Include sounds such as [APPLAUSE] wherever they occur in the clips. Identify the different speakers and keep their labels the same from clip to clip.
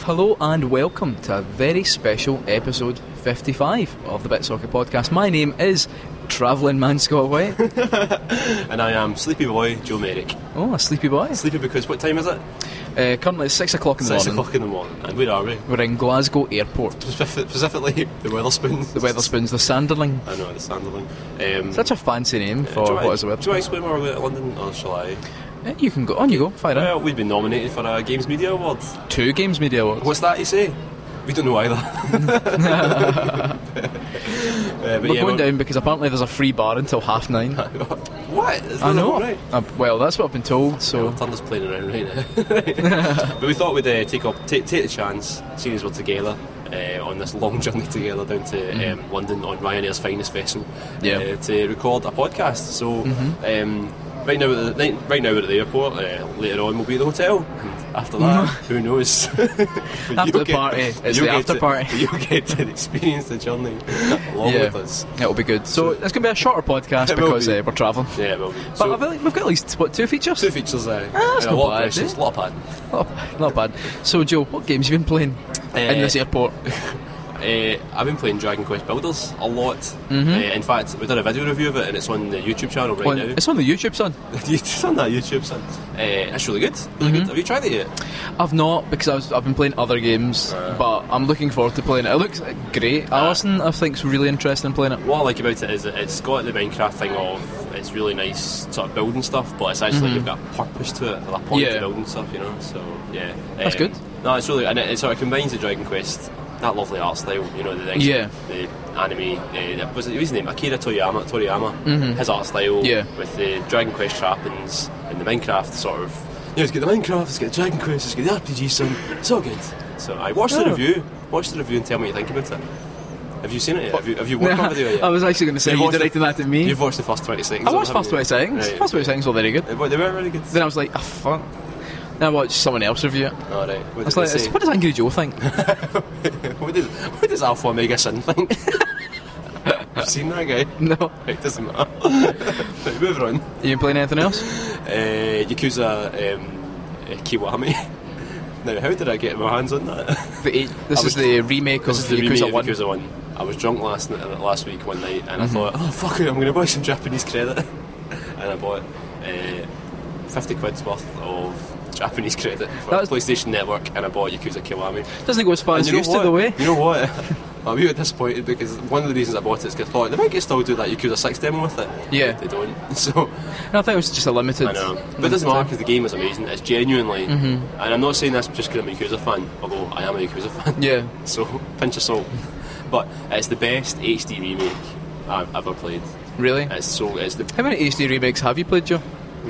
Speaker 1: Hello and welcome to a very special episode 55 of the Bit Soccer Podcast. My name is Travelling Man Scott White.
Speaker 2: [LAUGHS] and I am Sleepy Boy Joe Merrick.
Speaker 1: oh, a sleepy boy.
Speaker 2: Sleepy because what time is it?
Speaker 1: Uh, currently it's 6 o'clock in the
Speaker 2: Six
Speaker 1: morning.
Speaker 2: o'clock in the morning. And where are we?
Speaker 1: We're in Glasgow Airport.
Speaker 2: Specif- Specifically, the Weatherspoons.
Speaker 1: The Weatherspoons, the Sanderling.
Speaker 2: I know, the Sanderling. Um,
Speaker 1: Such a fancy name for
Speaker 2: do I,
Speaker 1: what is a web.
Speaker 2: Do I explain where we're at London, or shall I?
Speaker 1: Eh, You can go on, you go. Fire
Speaker 2: Well, we've been nominated for a Games Media Award.
Speaker 1: in. Two Games Media Awards.
Speaker 2: What's that you say? We don't know
Speaker 1: [LAUGHS]
Speaker 2: either. [LAUGHS] Uh, but
Speaker 1: We're
Speaker 2: yeah,
Speaker 1: going down because apparently there's a free bar until half nine.
Speaker 2: [LAUGHS] What? Is
Speaker 1: I
Speaker 2: that
Speaker 1: know.
Speaker 2: Right?
Speaker 1: Uh, well, that's what I've been told. So,
Speaker 2: Well, Thunder's playing around
Speaker 1: [LAUGHS]
Speaker 2: right now. but we thought we'd uh, take, up, take, take the chance, seeing as we're together uh, on this long [LAUGHS] journey together down to um, London on Ryanair's finest vessel
Speaker 1: Mm-hmm. Yeah. Mm-hmm.
Speaker 2: uh, to record a podcast. So um, right now, we're at the, right- right now we're at the airport. Uh, later on, we'll be at the hotel. And after that, who knows? [LAUGHS] But
Speaker 1: Mm-hmm. After
Speaker 2: you'll
Speaker 1: the party. It's
Speaker 2: you'll
Speaker 1: the
Speaker 2: get
Speaker 1: after
Speaker 2: to-
Speaker 1: party.
Speaker 2: [LAUGHS] You'll get to experience the journey along
Speaker 1: [LAUGHS] yeah,
Speaker 2: with us.
Speaker 1: it'll be good. So, it's going to be a shorter podcast
Speaker 2: [LAUGHS] It will
Speaker 1: because
Speaker 2: be.
Speaker 1: uh, we're travelling.
Speaker 2: Yeah, well, we-
Speaker 1: But
Speaker 2: so,
Speaker 1: I feel like we've got at least what two features.
Speaker 2: two features there.
Speaker 1: that's
Speaker 2: and a
Speaker 1: not
Speaker 2: lot
Speaker 1: bad,
Speaker 2: of questions,
Speaker 1: eh?
Speaker 2: a lot of padding.
Speaker 1: Not, Oh, not bad. So, Joe, what games you been playing in this
Speaker 2: Eh,
Speaker 1: airport?
Speaker 2: Uh, I've been playing Dragon Quest Builders a lot. Uh, in fact, we did a video review of it, and it's on the YouTube channel right
Speaker 1: On- [LAUGHS]
Speaker 2: now. [LAUGHS]
Speaker 1: it's on the YouTube, son.
Speaker 2: it's on that YouTube, son. Uh, it's really good. Really good. Have you tried it yet?
Speaker 1: I've not because I was, I've been playing other games,
Speaker 2: Right. Ah.
Speaker 1: but I'm looking forward to playing it. It looks uh, great. Alison, I think's really interested in playing it.
Speaker 2: What I like about it is that it's got the Minecraft thing of it's really nice sort of building stuff, but it's actually you've got a purpose to it, like a point
Speaker 1: Mm-hmm. Yeah.
Speaker 2: to building stuff, you know. So yeah, Um,
Speaker 1: That's good.
Speaker 2: No, it's really and it, it sort of combines the Dragon Quest that lovely art style, you know, the things,
Speaker 1: Yeah.
Speaker 2: the anime. Uh, was it his name? Akira Toriyama. Toriyama. His art style
Speaker 1: Mm-hmm. Yeah.
Speaker 2: with the Dragon Quest trappings and the Minecraft sort of. Yeah, it's got the Minecraft, it's got the Dragon Quest, it's got the RPG, son. It's all good. So I watch the
Speaker 1: Oh.
Speaker 2: review. Watch the review and tell me what you think about it. Have you seen it yet? Have you, have
Speaker 1: [LAUGHS]
Speaker 2: you worked on video yet?
Speaker 1: I was actually going to say
Speaker 2: You've
Speaker 1: you
Speaker 2: watched
Speaker 1: directed
Speaker 2: the-
Speaker 1: that at me.
Speaker 2: You've watched the first 20 seconds.
Speaker 1: I watched Fast
Speaker 2: haven't
Speaker 1: Twenty
Speaker 2: you?
Speaker 1: Seconds.
Speaker 2: Right.
Speaker 1: Fast Twenty Seconds were very good.
Speaker 2: They were- they were really good.
Speaker 1: Then I was like, oh, fuck. Then I watched someone else review it.
Speaker 2: All right. What
Speaker 1: I was
Speaker 2: did they
Speaker 1: like,
Speaker 2: say?
Speaker 1: what does Angry Joe
Speaker 2: [LAUGHS]
Speaker 1: think?
Speaker 2: what, does, what does Alpha Omega Sin think? [LAUGHS] I've seen that guy. [LAUGHS]
Speaker 1: no.
Speaker 2: It doesn't matter. [LAUGHS] right, moving on.
Speaker 1: You been playing anything else?
Speaker 2: Uh, Yakuza um, uh, Kiwami. [LAUGHS] Now, how did I get my hands on that? [LAUGHS]
Speaker 1: The eight, this
Speaker 2: I
Speaker 1: is
Speaker 2: was-
Speaker 1: the remake of
Speaker 2: This is the remake
Speaker 1: Yakuza
Speaker 2: of
Speaker 1: One. Mm-hmm.
Speaker 2: Yakuza 1. I was drunk last, night, last week, one night, and I thought, oh, fuck it, I'm going to buy some Japanese credit. [LAUGHS] and I bought uh, 50 quid's worth of Japanese credit for
Speaker 1: That's- Oh,
Speaker 2: PlayStation Network, and I bought Yakuza Kiwami.
Speaker 1: Doesn't go as far
Speaker 2: And
Speaker 1: as it used
Speaker 2: what?
Speaker 1: to, eh? the way.
Speaker 2: You know what? [LAUGHS] I'm a bit disappointed because one of the reasons I bought it is because I thought they might get still do that Yakuza 6 demo with it.
Speaker 1: Yeah.
Speaker 2: They don't. [LAUGHS] So,
Speaker 1: And I thought it was just a limited.
Speaker 2: I know. But it doesn't matter because the game is amazing. It's genuinely.
Speaker 1: Mm-hmm.
Speaker 2: And I'm not saying this just because I'm a Yakuza fan, although I am a Yakuza
Speaker 1: [LAUGHS]
Speaker 2: fan.
Speaker 1: Yeah.
Speaker 2: [LAUGHS] So, pinch of salt. But it's the best HD remake I've ever played.
Speaker 1: Really?
Speaker 2: It's so. It's the
Speaker 1: How many HD remakes have you played, Joe?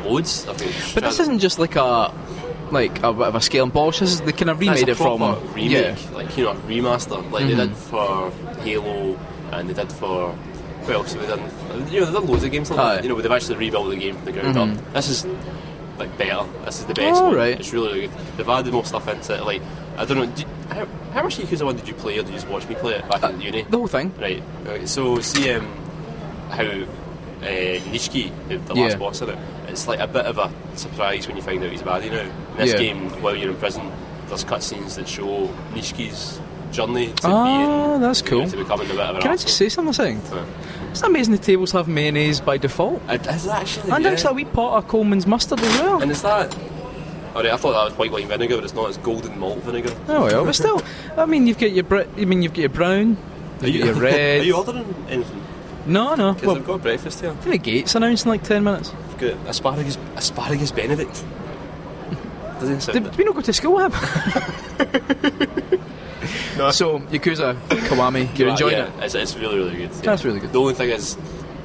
Speaker 2: loads. I think.
Speaker 1: But this isn't just like a like a bit of a scale and polish. This is they kind of remade it
Speaker 2: That's a
Speaker 1: from
Speaker 2: proper remake,
Speaker 1: Yeah. Mm-hmm.
Speaker 2: like you know, a remaster, like they did for Halo, and they did for what else have they done? You know, they've done loads of games like
Speaker 1: Aye. Mm-hmm.
Speaker 2: that. You know, but they've actually rebuilt the game from the ground up. This is like better. This is the best.
Speaker 1: Oh,
Speaker 2: one.
Speaker 1: right.
Speaker 2: It's really, really good. They've added more stuff into it. Like I don't know, did, how, how much Yakuza One did you play, or did you just watch me play it back in uni?
Speaker 1: Uh, The whole thing.
Speaker 2: Right. right. So see um, how uh, Nishiki, the, the
Speaker 1: Yeah.
Speaker 2: last boss in it, it's like a bit of a surprise when you find out he's a baddie now. In this
Speaker 1: Yeah.
Speaker 2: game, while you're in prison, there's cutscenes that show Nishiki's journey to
Speaker 1: Ah,
Speaker 2: being
Speaker 1: that's
Speaker 2: you know,
Speaker 1: cool.
Speaker 2: to becoming a bit of an
Speaker 1: Can I just
Speaker 2: arsehole.
Speaker 1: say something? Thing?
Speaker 2: Yeah.
Speaker 1: It's amazing the tables have mayonnaise by default.
Speaker 2: It is actually.
Speaker 1: And
Speaker 2: yeah.
Speaker 1: actually a wee pot of Coleman's mustard as well.
Speaker 2: And is that? Alright, I thought that was white wine vinegar, but it's not. It's golden malt vinegar.
Speaker 1: Oh well, but still, I mean, you've got your Brit. I mean, you've got your brown. You've got your red.
Speaker 2: [LAUGHS] Are you ordering anything?
Speaker 1: no, no.
Speaker 2: Because
Speaker 1: Well,
Speaker 2: I've got breakfast here.
Speaker 1: the gates announced in like ten minutes.
Speaker 2: I've got asparagus, asparagus Benedict. Doesn't it sound
Speaker 1: Did, did we not go to school?
Speaker 2: [LAUGHS]
Speaker 1: Ab?
Speaker 2: No.
Speaker 1: So Yakuza Kiwami, you're
Speaker 2: Yeah,
Speaker 1: enjoying
Speaker 2: yeah,
Speaker 1: it.
Speaker 2: It's, it's really, really good.
Speaker 1: That's really good.
Speaker 2: The only thing is,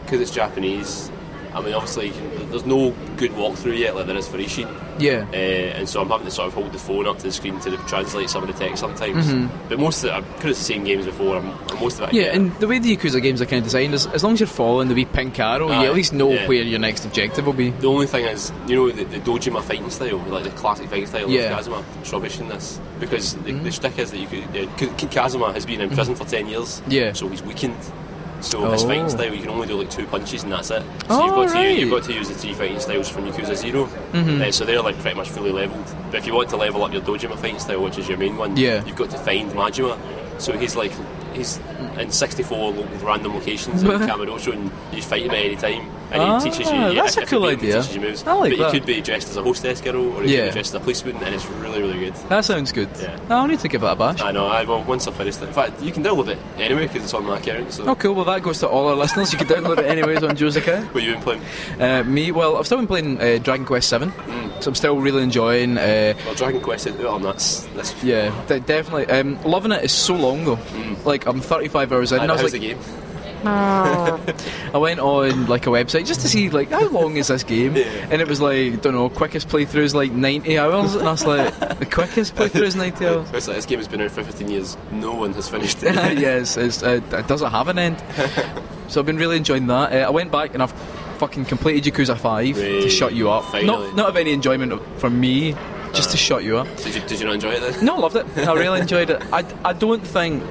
Speaker 2: because it's Japanese, I mean, obviously, you can, there's no good walkthrough yet like there is for Ishin.
Speaker 1: Yeah.
Speaker 2: Uh, and so I'm having to sort of hold the phone up to the screen to translate some of the text sometimes. But most of it, I've put the same games before, I'm, most of it I
Speaker 1: Mm-hmm. Yeah,
Speaker 2: get.
Speaker 1: and the way the Yakuza games are kind of designed is as long as you're following the wee pink arrow, you
Speaker 2: Aye,
Speaker 1: at least know
Speaker 2: yeah.
Speaker 1: where your next objective will be.
Speaker 2: the only thing is, you know, the, the Dojima fighting style, like the classic fighting style
Speaker 1: Yeah. Mm-hmm.
Speaker 2: of Kazuma, it's rubbish in this. Because the, the shtick is that you could, uh, K- Kazuma has been in prison for 10 years,
Speaker 1: Yeah.
Speaker 2: so he's weakened. So his
Speaker 1: Oh.
Speaker 2: fighting style, you can only do like two punches and that's it. So
Speaker 1: Oh,
Speaker 2: you've, got to,
Speaker 1: right. Mm-hmm.
Speaker 2: you've got to use the three fighting styles from Yakuza 0 Uh, so they're like pretty much fully leveled. But if you want to level up your Dojima fighting style, which is your main one,
Speaker 1: Yeah.
Speaker 2: you've got to find Majima. So he's like he's in 64 lo- random locations
Speaker 1: [LAUGHS]
Speaker 2: in Kamurocho and you fight him at any time. And
Speaker 1: Ah,
Speaker 2: he teaches you. yeah,
Speaker 1: that's a
Speaker 2: if you
Speaker 1: cool
Speaker 2: beat him, he
Speaker 1: idea.
Speaker 2: teaches you moves.
Speaker 1: I like
Speaker 2: but
Speaker 1: that.
Speaker 2: he could be dressed as a hostess girl or he
Speaker 1: Yeah.
Speaker 2: could be dressed as a policeman, and it's really really good.
Speaker 1: That sounds good.
Speaker 2: Yeah.
Speaker 1: I'll need to give that a bash.
Speaker 2: I know. I well, once I finished it. In fact, you can download it anyway because it's on my account. So,
Speaker 1: Oh, cool. Well, that goes to all our listeners. You can download it anyways on Joe's account.
Speaker 2: what you been playing?
Speaker 1: Uh, me, well, I've still been playing uh, Dragon Quest Seven,
Speaker 2: Mm.
Speaker 1: so I'm still really enjoying. Uh,
Speaker 2: Well, Dragon Quest is out on that's that's
Speaker 1: yeah, de- definitely. Um, loving it is so long though. Like I'm 35 hours in,
Speaker 2: Mm. I
Speaker 1: and I
Speaker 2: know,
Speaker 1: was
Speaker 2: how's
Speaker 1: like,
Speaker 2: the game?
Speaker 1: I went on like a website just to see like how long is this game,
Speaker 2: [LAUGHS] Yeah.
Speaker 1: and it was like don't know quickest playthrough is like 90 hours, and I was like the quickest playthrough is 90 hours.
Speaker 2: It's like, this game has been out for 15 years. No one has
Speaker 1: [LAUGHS]
Speaker 2: finished it.
Speaker 1: yes, it's, uh, it doesn't have an end. So I've been really enjoying that. Uh, I went back and I've fucking completed Yakuza 5 to
Speaker 2: Really?
Speaker 1: shut you up.
Speaker 2: Finally. Uh.
Speaker 1: Not, not of any enjoyment of- from me, just to shut you up.
Speaker 2: Did you, did you not enjoy it then?
Speaker 1: No, I loved it. I
Speaker 2: [LAUGHS]
Speaker 1: really enjoyed it. I, I don't think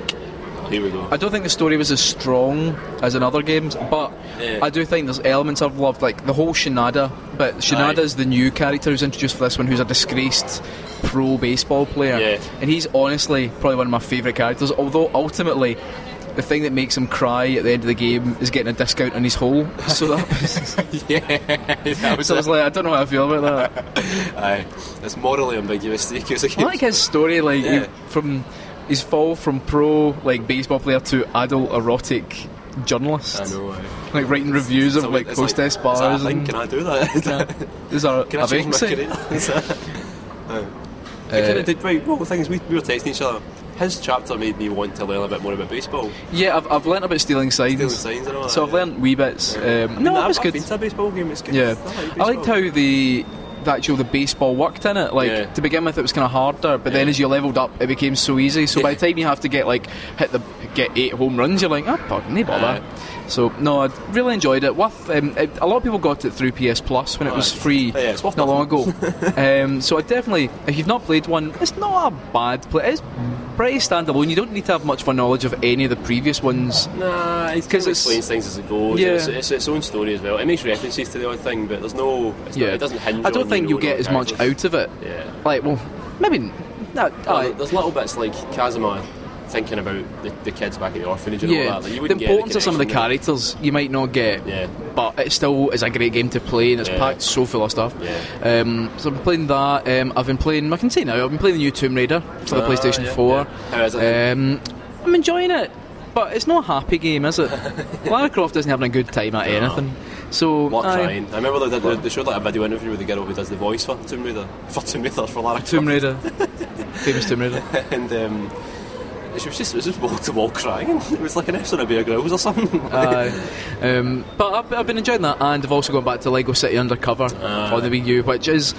Speaker 2: Here we go.
Speaker 1: I don't think the story was as strong as in other games, but
Speaker 2: Yeah.
Speaker 1: I do think there's elements I've loved, like the whole Shinada. But Shinada
Speaker 2: Aye.
Speaker 1: is the new character who's introduced for this one, who's a disgraced pro baseball player,
Speaker 2: Yeah.
Speaker 1: and he's honestly probably one of my favourite characters. Although ultimately, the thing that makes him cry at the end of the game is getting a discount on his hole. [LAUGHS] So that was,
Speaker 2: [LAUGHS] yeah, that was
Speaker 1: so I was like, I don't know how I feel about
Speaker 2: [LAUGHS]
Speaker 1: that.
Speaker 2: Aye, it's morally ambiguous. The [LAUGHS] Yakuza
Speaker 1: I
Speaker 2: games.
Speaker 1: like his story, like he-
Speaker 2: Yeah.
Speaker 1: from his fall from pro like baseball player to adult erotic journalist.
Speaker 2: I know. Aye.
Speaker 1: like writing reviews of
Speaker 2: So
Speaker 1: like
Speaker 2: it's
Speaker 1: hostess
Speaker 2: is that a
Speaker 1: bars
Speaker 2: thing?
Speaker 1: and
Speaker 2: Can I do that? Is [LAUGHS] that-
Speaker 1: [LAUGHS] is there
Speaker 2: Can
Speaker 1: a
Speaker 2: I change my
Speaker 1: vaccine?
Speaker 2: career? [LAUGHS]
Speaker 1: [LAUGHS]
Speaker 2: Is
Speaker 1: Uh,
Speaker 2: that- I kind of did right. Well, the thing is, we, we were texting each other. His chapter made me want to learn a bit more about baseball.
Speaker 1: Yeah, I've, I've learnt about stealing signs.
Speaker 2: Stealing signs and all
Speaker 1: so
Speaker 2: that,
Speaker 1: I've
Speaker 2: yeah.
Speaker 1: learnt wee bits. Um, no,
Speaker 2: I've-
Speaker 1: that was
Speaker 2: I've
Speaker 1: good.
Speaker 2: been to a baseball game. It's good.
Speaker 1: Yeah,
Speaker 2: I, like
Speaker 1: I liked
Speaker 2: baseball.
Speaker 1: how the the actual the baseball worked in it. Like
Speaker 2: Yeah.
Speaker 1: to begin with, it was kind of harder, but then
Speaker 2: Yeah.
Speaker 1: as you leveled up, it became so easy. So by the time you have to get like hit the get eight home runs, you're like, ah, fuck, no bother. So no, I really enjoyed it. Worth um, it, a lot of people got it through PS Plus when it was
Speaker 2: Aye. Oh,
Speaker 1: free
Speaker 2: Yeah, it's worth
Speaker 1: not long ago.
Speaker 2: [LAUGHS]
Speaker 1: um, so I definitely, if you've not played one, it's not a bad play. It's pretty standalone. You don't need to have much of a knowledge of any of the previous ones.
Speaker 2: Nah,
Speaker 1: 'Cause
Speaker 2: it kind of
Speaker 1: it's-
Speaker 2: explains things as it goes.
Speaker 1: Yeah.
Speaker 2: Yeah. It's, it's its own story as well. It makes references to the other thing, but there's no. It's
Speaker 1: Yeah,
Speaker 2: not, it doesn't hinge.
Speaker 1: I don't
Speaker 2: on
Speaker 1: think
Speaker 2: you
Speaker 1: you'll get as
Speaker 2: knowing
Speaker 1: much
Speaker 2: characters.
Speaker 1: out of it.
Speaker 2: Yeah.
Speaker 1: Like, well, maybe. n- No,
Speaker 2: Well,
Speaker 1: aye.
Speaker 2: there's little bits like Kazuma thinking about the, the kids back in the orphanage and all
Speaker 1: yeah,
Speaker 2: that. Like, you
Speaker 1: the
Speaker 2: wouldn't get
Speaker 1: importance of some of the
Speaker 2: connection
Speaker 1: characters you might not get,
Speaker 2: Yeah.
Speaker 1: but it still is a great game to play and it's
Speaker 2: Yeah.
Speaker 1: packed so full of stuff.
Speaker 2: Yeah.
Speaker 1: Um, so I've been playing that. Um, I've been playing. I can say now. I've been playing the new Tomb Raider for the
Speaker 2: Ah,
Speaker 1: PlayStation
Speaker 2: yeah,
Speaker 1: 4.
Speaker 2: yeah. How is it?
Speaker 1: Um, I'm enjoying it, but it's not a happy game, is
Speaker 2: [LAUGHS]
Speaker 1: it? Lara Croft isn't having a good time at anything. So
Speaker 2: there. Lot
Speaker 1: aye.
Speaker 2: trying. I remember they, did, they showed like a video interview with the girl who does the voice for Tomb Raider, [LAUGHS] for Tomb Raider for Lara
Speaker 1: Tomb Raider, [LAUGHS] famous Tomb Raider.
Speaker 2: Croft. and um, she was just it was just wall to wall crying. [LAUGHS] It was like an episode of Bear Grylls or something.
Speaker 1: Aye. um, but I've, I've been enjoying that, and I've also gone back to Lego City Undercover on the Wii U, which is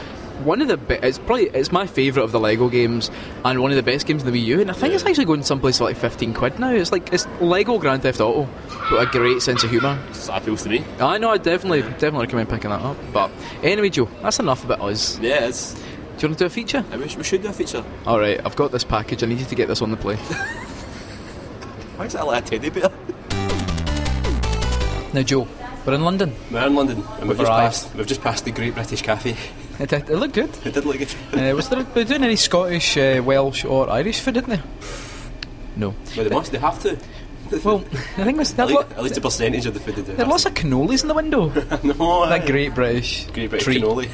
Speaker 1: one of the be- it's probably it's my favourite of the Lego games, and one of the best games in the Wii U. And I think it's actually going someplace for like fifteen quid now. It's like it's Lego Grand Theft Auto, but a great sense of humour.
Speaker 2: Just appeals to me.
Speaker 1: I know I definitely definitely recommend picking that up. But anyway, Joe, that's enough about us.
Speaker 2: Yeah, it's,
Speaker 1: Do you want to do a feature?
Speaker 2: I wish we should do a feature.
Speaker 1: All right, I've got this package. I need you to get this on the play.
Speaker 2: Why is that like a teddy bear?
Speaker 1: now, Joe, we're in London.
Speaker 2: We're in London, and we've just
Speaker 1: arrived.
Speaker 2: passed. We've just passed the Great British Cafe.
Speaker 1: [LAUGHS] It, it, it looked good.
Speaker 2: [LAUGHS] It did look good.
Speaker 1: Uh, was there were doing any Scottish, uh, Welsh, or Irish food, didn't they? No.
Speaker 2: But they must. They have to.
Speaker 1: Well, I think there's
Speaker 2: At
Speaker 1: there
Speaker 2: least,
Speaker 1: lo-
Speaker 2: at least a percentage of the food they do.
Speaker 1: there are lots of cannolis in the window.
Speaker 2: [LAUGHS] no, aye.
Speaker 1: that great British
Speaker 2: Great British
Speaker 1: treat.
Speaker 2: cannoli.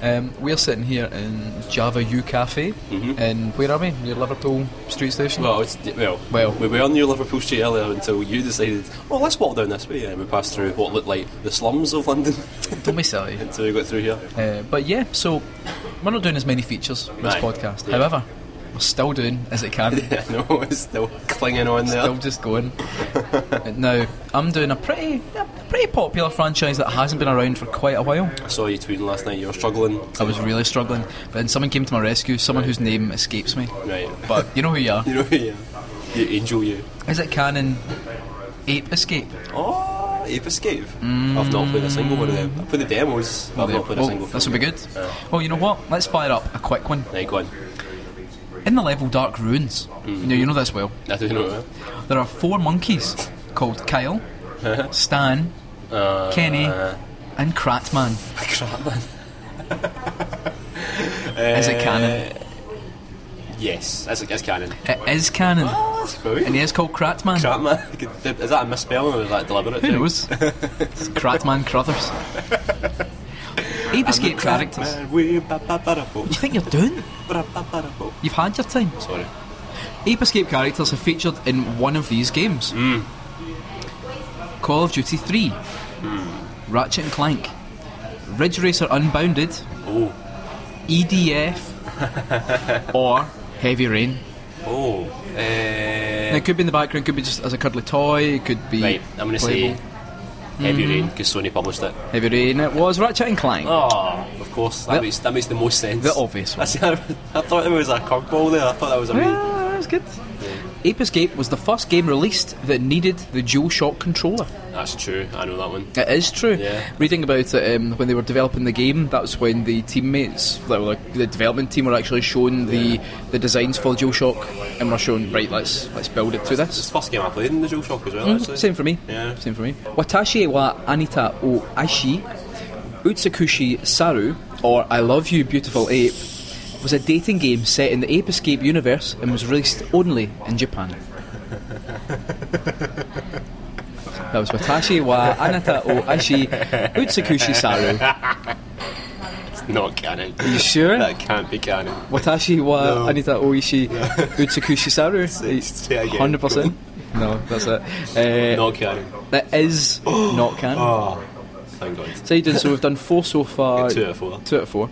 Speaker 1: Um, we're sitting here in Java U Cafe,
Speaker 2: Mm-hmm.
Speaker 1: and where are we? Near Liverpool Street Station.
Speaker 2: Well, it's, well,
Speaker 1: Well.
Speaker 2: we were near Liverpool Street earlier until you decided, oh, let's walk down this way, and we passed through what looked like the slums of London [LAUGHS]
Speaker 1: Don't be silly.
Speaker 2: until we got through here.
Speaker 1: Uh, but yeah, so we're not doing as many features in this
Speaker 2: Right.
Speaker 1: podcast.
Speaker 2: Yeah.
Speaker 1: However, we're still doing as it can.
Speaker 2: [LAUGHS] Yeah, no, it's still clinging on there.
Speaker 1: Still just going. Uh, now, I'm doing a pretty, a pretty popular franchise that hasn't been around for quite a while.
Speaker 2: I saw you tweeting last night. You were struggling.
Speaker 1: I was really struggling, but then someone came to my rescue. Someone whose name escapes me,
Speaker 2: Right,
Speaker 1: but you know who you are.
Speaker 2: you know, yeah, you angel, you.
Speaker 1: Is it Canon Ape Escape?
Speaker 2: Oh, Ape Escape. I've not played a single one of them. I played the demos. I've not played a
Speaker 1: Oh,
Speaker 2: single.
Speaker 1: this
Speaker 2: full
Speaker 1: will be
Speaker 2: game.
Speaker 1: good.
Speaker 2: Yeah.
Speaker 1: Oh, you know what? Let's fire up a quick one.
Speaker 2: Right, go on. Mm-hmm.
Speaker 1: In the level Dark Ruins, now you know this well.
Speaker 2: I don't know.
Speaker 1: There are four monkeys called
Speaker 2: [LAUGHS]
Speaker 1: Kyle, Stan,
Speaker 2: Uh,
Speaker 1: Kenny, and Kratman.
Speaker 2: crap, man.
Speaker 1: Is it
Speaker 2: Eh.
Speaker 1: canon?
Speaker 2: Yes, that's, that's canon.
Speaker 1: It is canon,
Speaker 2: Oh, that's brilliant.
Speaker 1: and he is called Kratman.
Speaker 2: Crap, man. Is that a misspelling or is that deliberate?
Speaker 1: Who knows? It's Kratman
Speaker 2: [LAUGHS]
Speaker 1: Crothers. Ape Escape characters.
Speaker 2: Man, we ba- ba- ba- da- bo-
Speaker 1: You think you're doing?
Speaker 2: ba- ba- ba- da- bo.
Speaker 1: You've had your time.
Speaker 2: Sorry.
Speaker 1: Ape Escape characters have featured in one of these games
Speaker 2: Hmm.
Speaker 1: Call of Duty 3, Ratchet and Clank, Ridge Racer Unbounded,
Speaker 2: Oh,
Speaker 1: EDF,
Speaker 2: [LAUGHS]
Speaker 1: or Heavy Rain.
Speaker 2: oh. eh,
Speaker 1: Now, it could be in the background, could be just as a cuddly toy, it could be.
Speaker 2: right, I'm gonna say
Speaker 1: playable.
Speaker 2: Heavy
Speaker 1: Mm-hmm.
Speaker 2: Rain because Sony published it.
Speaker 1: Heavy Rain, it was Ratchet and Clank.
Speaker 2: Oh, of course. That
Speaker 1: The-
Speaker 2: makes that makes the most sense.
Speaker 1: the obvious one.
Speaker 2: [LAUGHS] I, see, I, I thought there was a curveball there. I thought that was a me.
Speaker 1: Yeah, that was good. Ape Escape was the first game released that needed the Dual Shock controller.
Speaker 2: That's true. I know that one.
Speaker 1: It is true.
Speaker 2: Yeah.
Speaker 1: Reading about it um, when they were developing the game, that's when the teammates, that were like, the development team, were actually shown the, the designs for the DualShock and were shown, right, let's let's build it to
Speaker 2: It's
Speaker 1: this.
Speaker 2: the first game I played in the DualShock as well. Actually.
Speaker 1: Mm-hmm. Same for me.
Speaker 2: Yeah.
Speaker 1: Same for me. Watashi wa Anita o Aishi Utsukushi Saru, or I Love You Beautiful Ape, was a dating game set in the Ape Escape universe and was released only in
Speaker 2: [LAUGHS]
Speaker 1: Japan. that was Watashi wa Anita o Aishi Utsukushi Saru.
Speaker 2: It's not canon.
Speaker 1: You sure?
Speaker 2: that can't be canon.
Speaker 1: Watashi wa
Speaker 2: No. [LAUGHS]
Speaker 1: Anita Oishi Utsukushi Saru.
Speaker 2: say again.
Speaker 1: 100%. No, that's it. Uh,
Speaker 2: Not canon.
Speaker 1: That
Speaker 2: [GASPS]
Speaker 1: is not canon.
Speaker 2: Oh, thank God.
Speaker 1: So you did so. We've done four so far.
Speaker 2: Two out of four.
Speaker 1: Two out of four.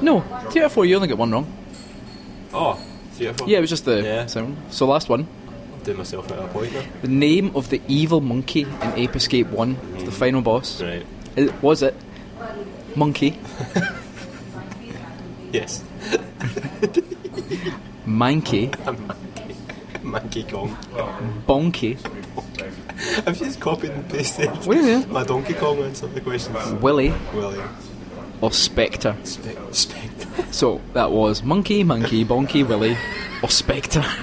Speaker 1: No, two out of four. You only got one wrong.
Speaker 2: Oh, three out of four.
Speaker 1: Yeah, it was just the
Speaker 2: Yeah.
Speaker 1: second one. So last one.
Speaker 2: Do myself at a point now.
Speaker 1: The name of the evil monkey in Ape Escape One, the final boss,
Speaker 2: Right.
Speaker 1: it, was it Monkey,
Speaker 2: Yes.
Speaker 1: Mankey,
Speaker 2: Monkey [LAUGHS] Kong.
Speaker 1: Bonky,
Speaker 2: I've just copied and pasted
Speaker 1: Wait a minute.
Speaker 2: my Donkey Kong answer the questions.
Speaker 1: Willy,
Speaker 2: Willie.
Speaker 1: or Spectre?
Speaker 2: Spectre. Spectre.
Speaker 1: So that was Monkey, Monkey, Bonky, Willy, or Spectre.
Speaker 2: [LAUGHS]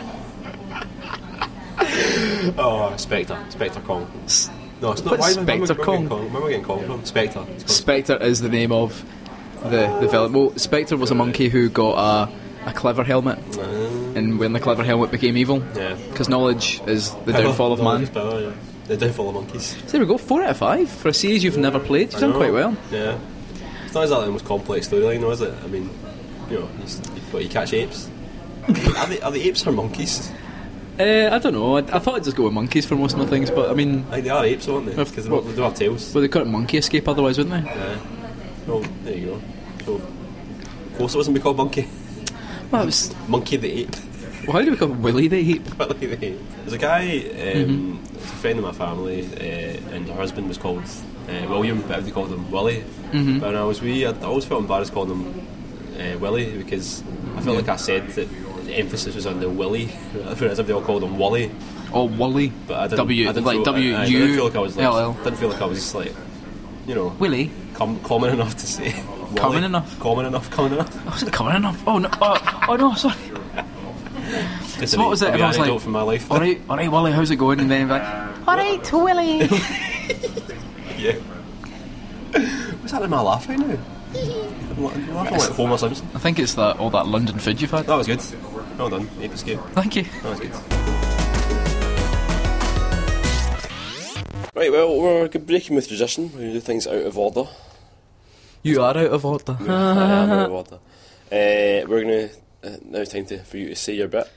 Speaker 2: Oh, Spectre. Spectre Kong.
Speaker 1: S-
Speaker 2: No, it's not.
Speaker 1: What's
Speaker 2: why am I- where am I
Speaker 1: Spectre
Speaker 2: getting
Speaker 1: Kong?
Speaker 2: Where am I getting Kong from? Spectre. It's called
Speaker 1: Spectre is the name of the the villain. Well, Spectre was a monkey who got a, a clever helmet, and when the clever helmet became evil,
Speaker 2: Yeah.
Speaker 1: because knowledge is the
Speaker 2: Power.
Speaker 1: downfall of
Speaker 2: No,
Speaker 1: man.
Speaker 2: it's power, yeah. The downfall of monkeys.
Speaker 1: So there we go, four out of five for a series you've never played. You've done quite well.
Speaker 2: Yeah. It's not exactly the most complex storyline, though, is it? I mean, you know, you, s- you- but you catch apes.
Speaker 1: [LAUGHS]
Speaker 2: are, they, are they apes or monkeys?
Speaker 1: Uh, I don't know. I, I thought I'd just go with monkeys for most of my things, but I mean,
Speaker 2: I think they are apes, aren't they?
Speaker 1: Of-
Speaker 2: Because they, do have tails.
Speaker 1: well, they call it monkey escape otherwise, wouldn't they?
Speaker 2: Yeah. Oh, there you go. So, of course, it wasn't be called monkey.
Speaker 1: Well, it was,
Speaker 2: Monkey the ape. [LAUGHS]
Speaker 1: well, how do we call it Willy the Heap?
Speaker 2: Monkey the ape. There's a guy, um,
Speaker 1: Mm-hmm.
Speaker 2: it's a friend of my family, uh, and her husband was called uh, William, but they called him Willie.
Speaker 1: Mm-hmm.
Speaker 2: But when I was wee, I, I always felt embarrassed calling him uh, Willie because I felt like I said that the emphasis was on the Willie, [LAUGHS] as if they all called him Wally.
Speaker 1: Or Wally?
Speaker 2: But I didn't,
Speaker 1: w,
Speaker 2: I didn't
Speaker 1: like
Speaker 2: feel,
Speaker 1: W
Speaker 2: I, I
Speaker 1: U
Speaker 2: didn't feel like I was like,
Speaker 1: L L.
Speaker 2: didn't feel like I was like, you know,
Speaker 1: Willy?
Speaker 2: com- common enough to say. Wally.
Speaker 1: Common enough.
Speaker 2: Common enough. Common enough.
Speaker 1: I wasn't coming enough. Oh no! Oh, oh no!
Speaker 2: [LAUGHS]
Speaker 1: Sorry.
Speaker 2: Just
Speaker 1: So
Speaker 2: a
Speaker 1: what
Speaker 2: wee-
Speaker 1: was it?
Speaker 2: a wee
Speaker 1: Everyone's
Speaker 2: anecdote
Speaker 1: like,
Speaker 2: from my life.
Speaker 1: All right, all right, Wally, how's it going? And then like, all right, Willy.
Speaker 2: [LAUGHS] Yeah. What's that in my laugh right now? I'm la- I'm laughing like Homer Simpson.
Speaker 1: I think it's that all that London food you've had.
Speaker 2: That was good. Well done. Ape escape.
Speaker 1: Thank you.
Speaker 2: That was good. Right, well, we're breaking with tradition. We're going to do things out
Speaker 1: [LAUGHS]
Speaker 2: of order.
Speaker 1: You are out of order.
Speaker 2: I am out of order. Uh, we're going to. Uh, now it's time to, for you to say your bit.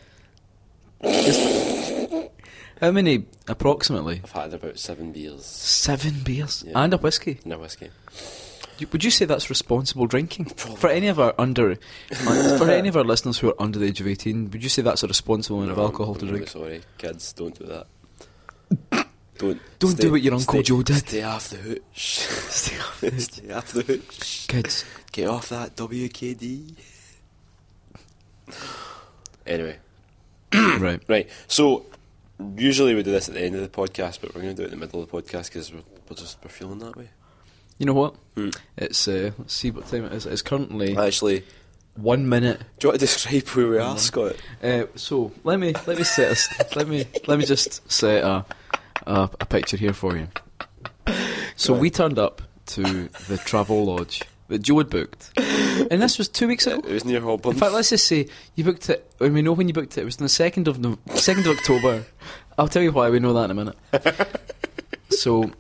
Speaker 1: How many? Approximately
Speaker 2: I've had about seven beers
Speaker 1: seven beers
Speaker 2: Yeah.
Speaker 1: and a whiskey.
Speaker 2: and a whiskey.
Speaker 1: You- Would you say that's responsible drinking for any of our under un- for any of our listeners who are under the age of eighteen? Would you say that's a responsible amount of alcohol to
Speaker 2: I'm
Speaker 1: drink?
Speaker 2: Sorry, kids, don't do that. Don't
Speaker 1: [LAUGHS] Don't do what your Uncle
Speaker 2: stay-
Speaker 1: Joe did.
Speaker 2: Stay off the
Speaker 1: [LAUGHS]
Speaker 2: hooch. Stay off the hooch.
Speaker 1: Kids,
Speaker 2: Get off that WKD. Anyway,
Speaker 1: right?
Speaker 2: right. So usually we do this at the end of the podcast, but we're going to do it in the middle of the podcast because we're, we're just we're feeling that way.
Speaker 1: You know what? It's uh, let's see what time it is. It's currently
Speaker 2: Actually, do
Speaker 1: one minute
Speaker 2: you want to [LAUGHS] describe where we
Speaker 1: Mm-hmm.
Speaker 2: are, Scott?
Speaker 1: Uh, so let me let me set a, let me let me just set a, a, a picture here for you. So we turned up to the travel lodge that Joe had booked, and this was two weeks ago.
Speaker 3: It was near Hobland.
Speaker 1: In fact, let's just say you booked it. I mean, we know when you booked it. It was on the second of no, second of October. I'll tell you why. We know that in a
Speaker 3: [LAUGHS]
Speaker 1: minute. so,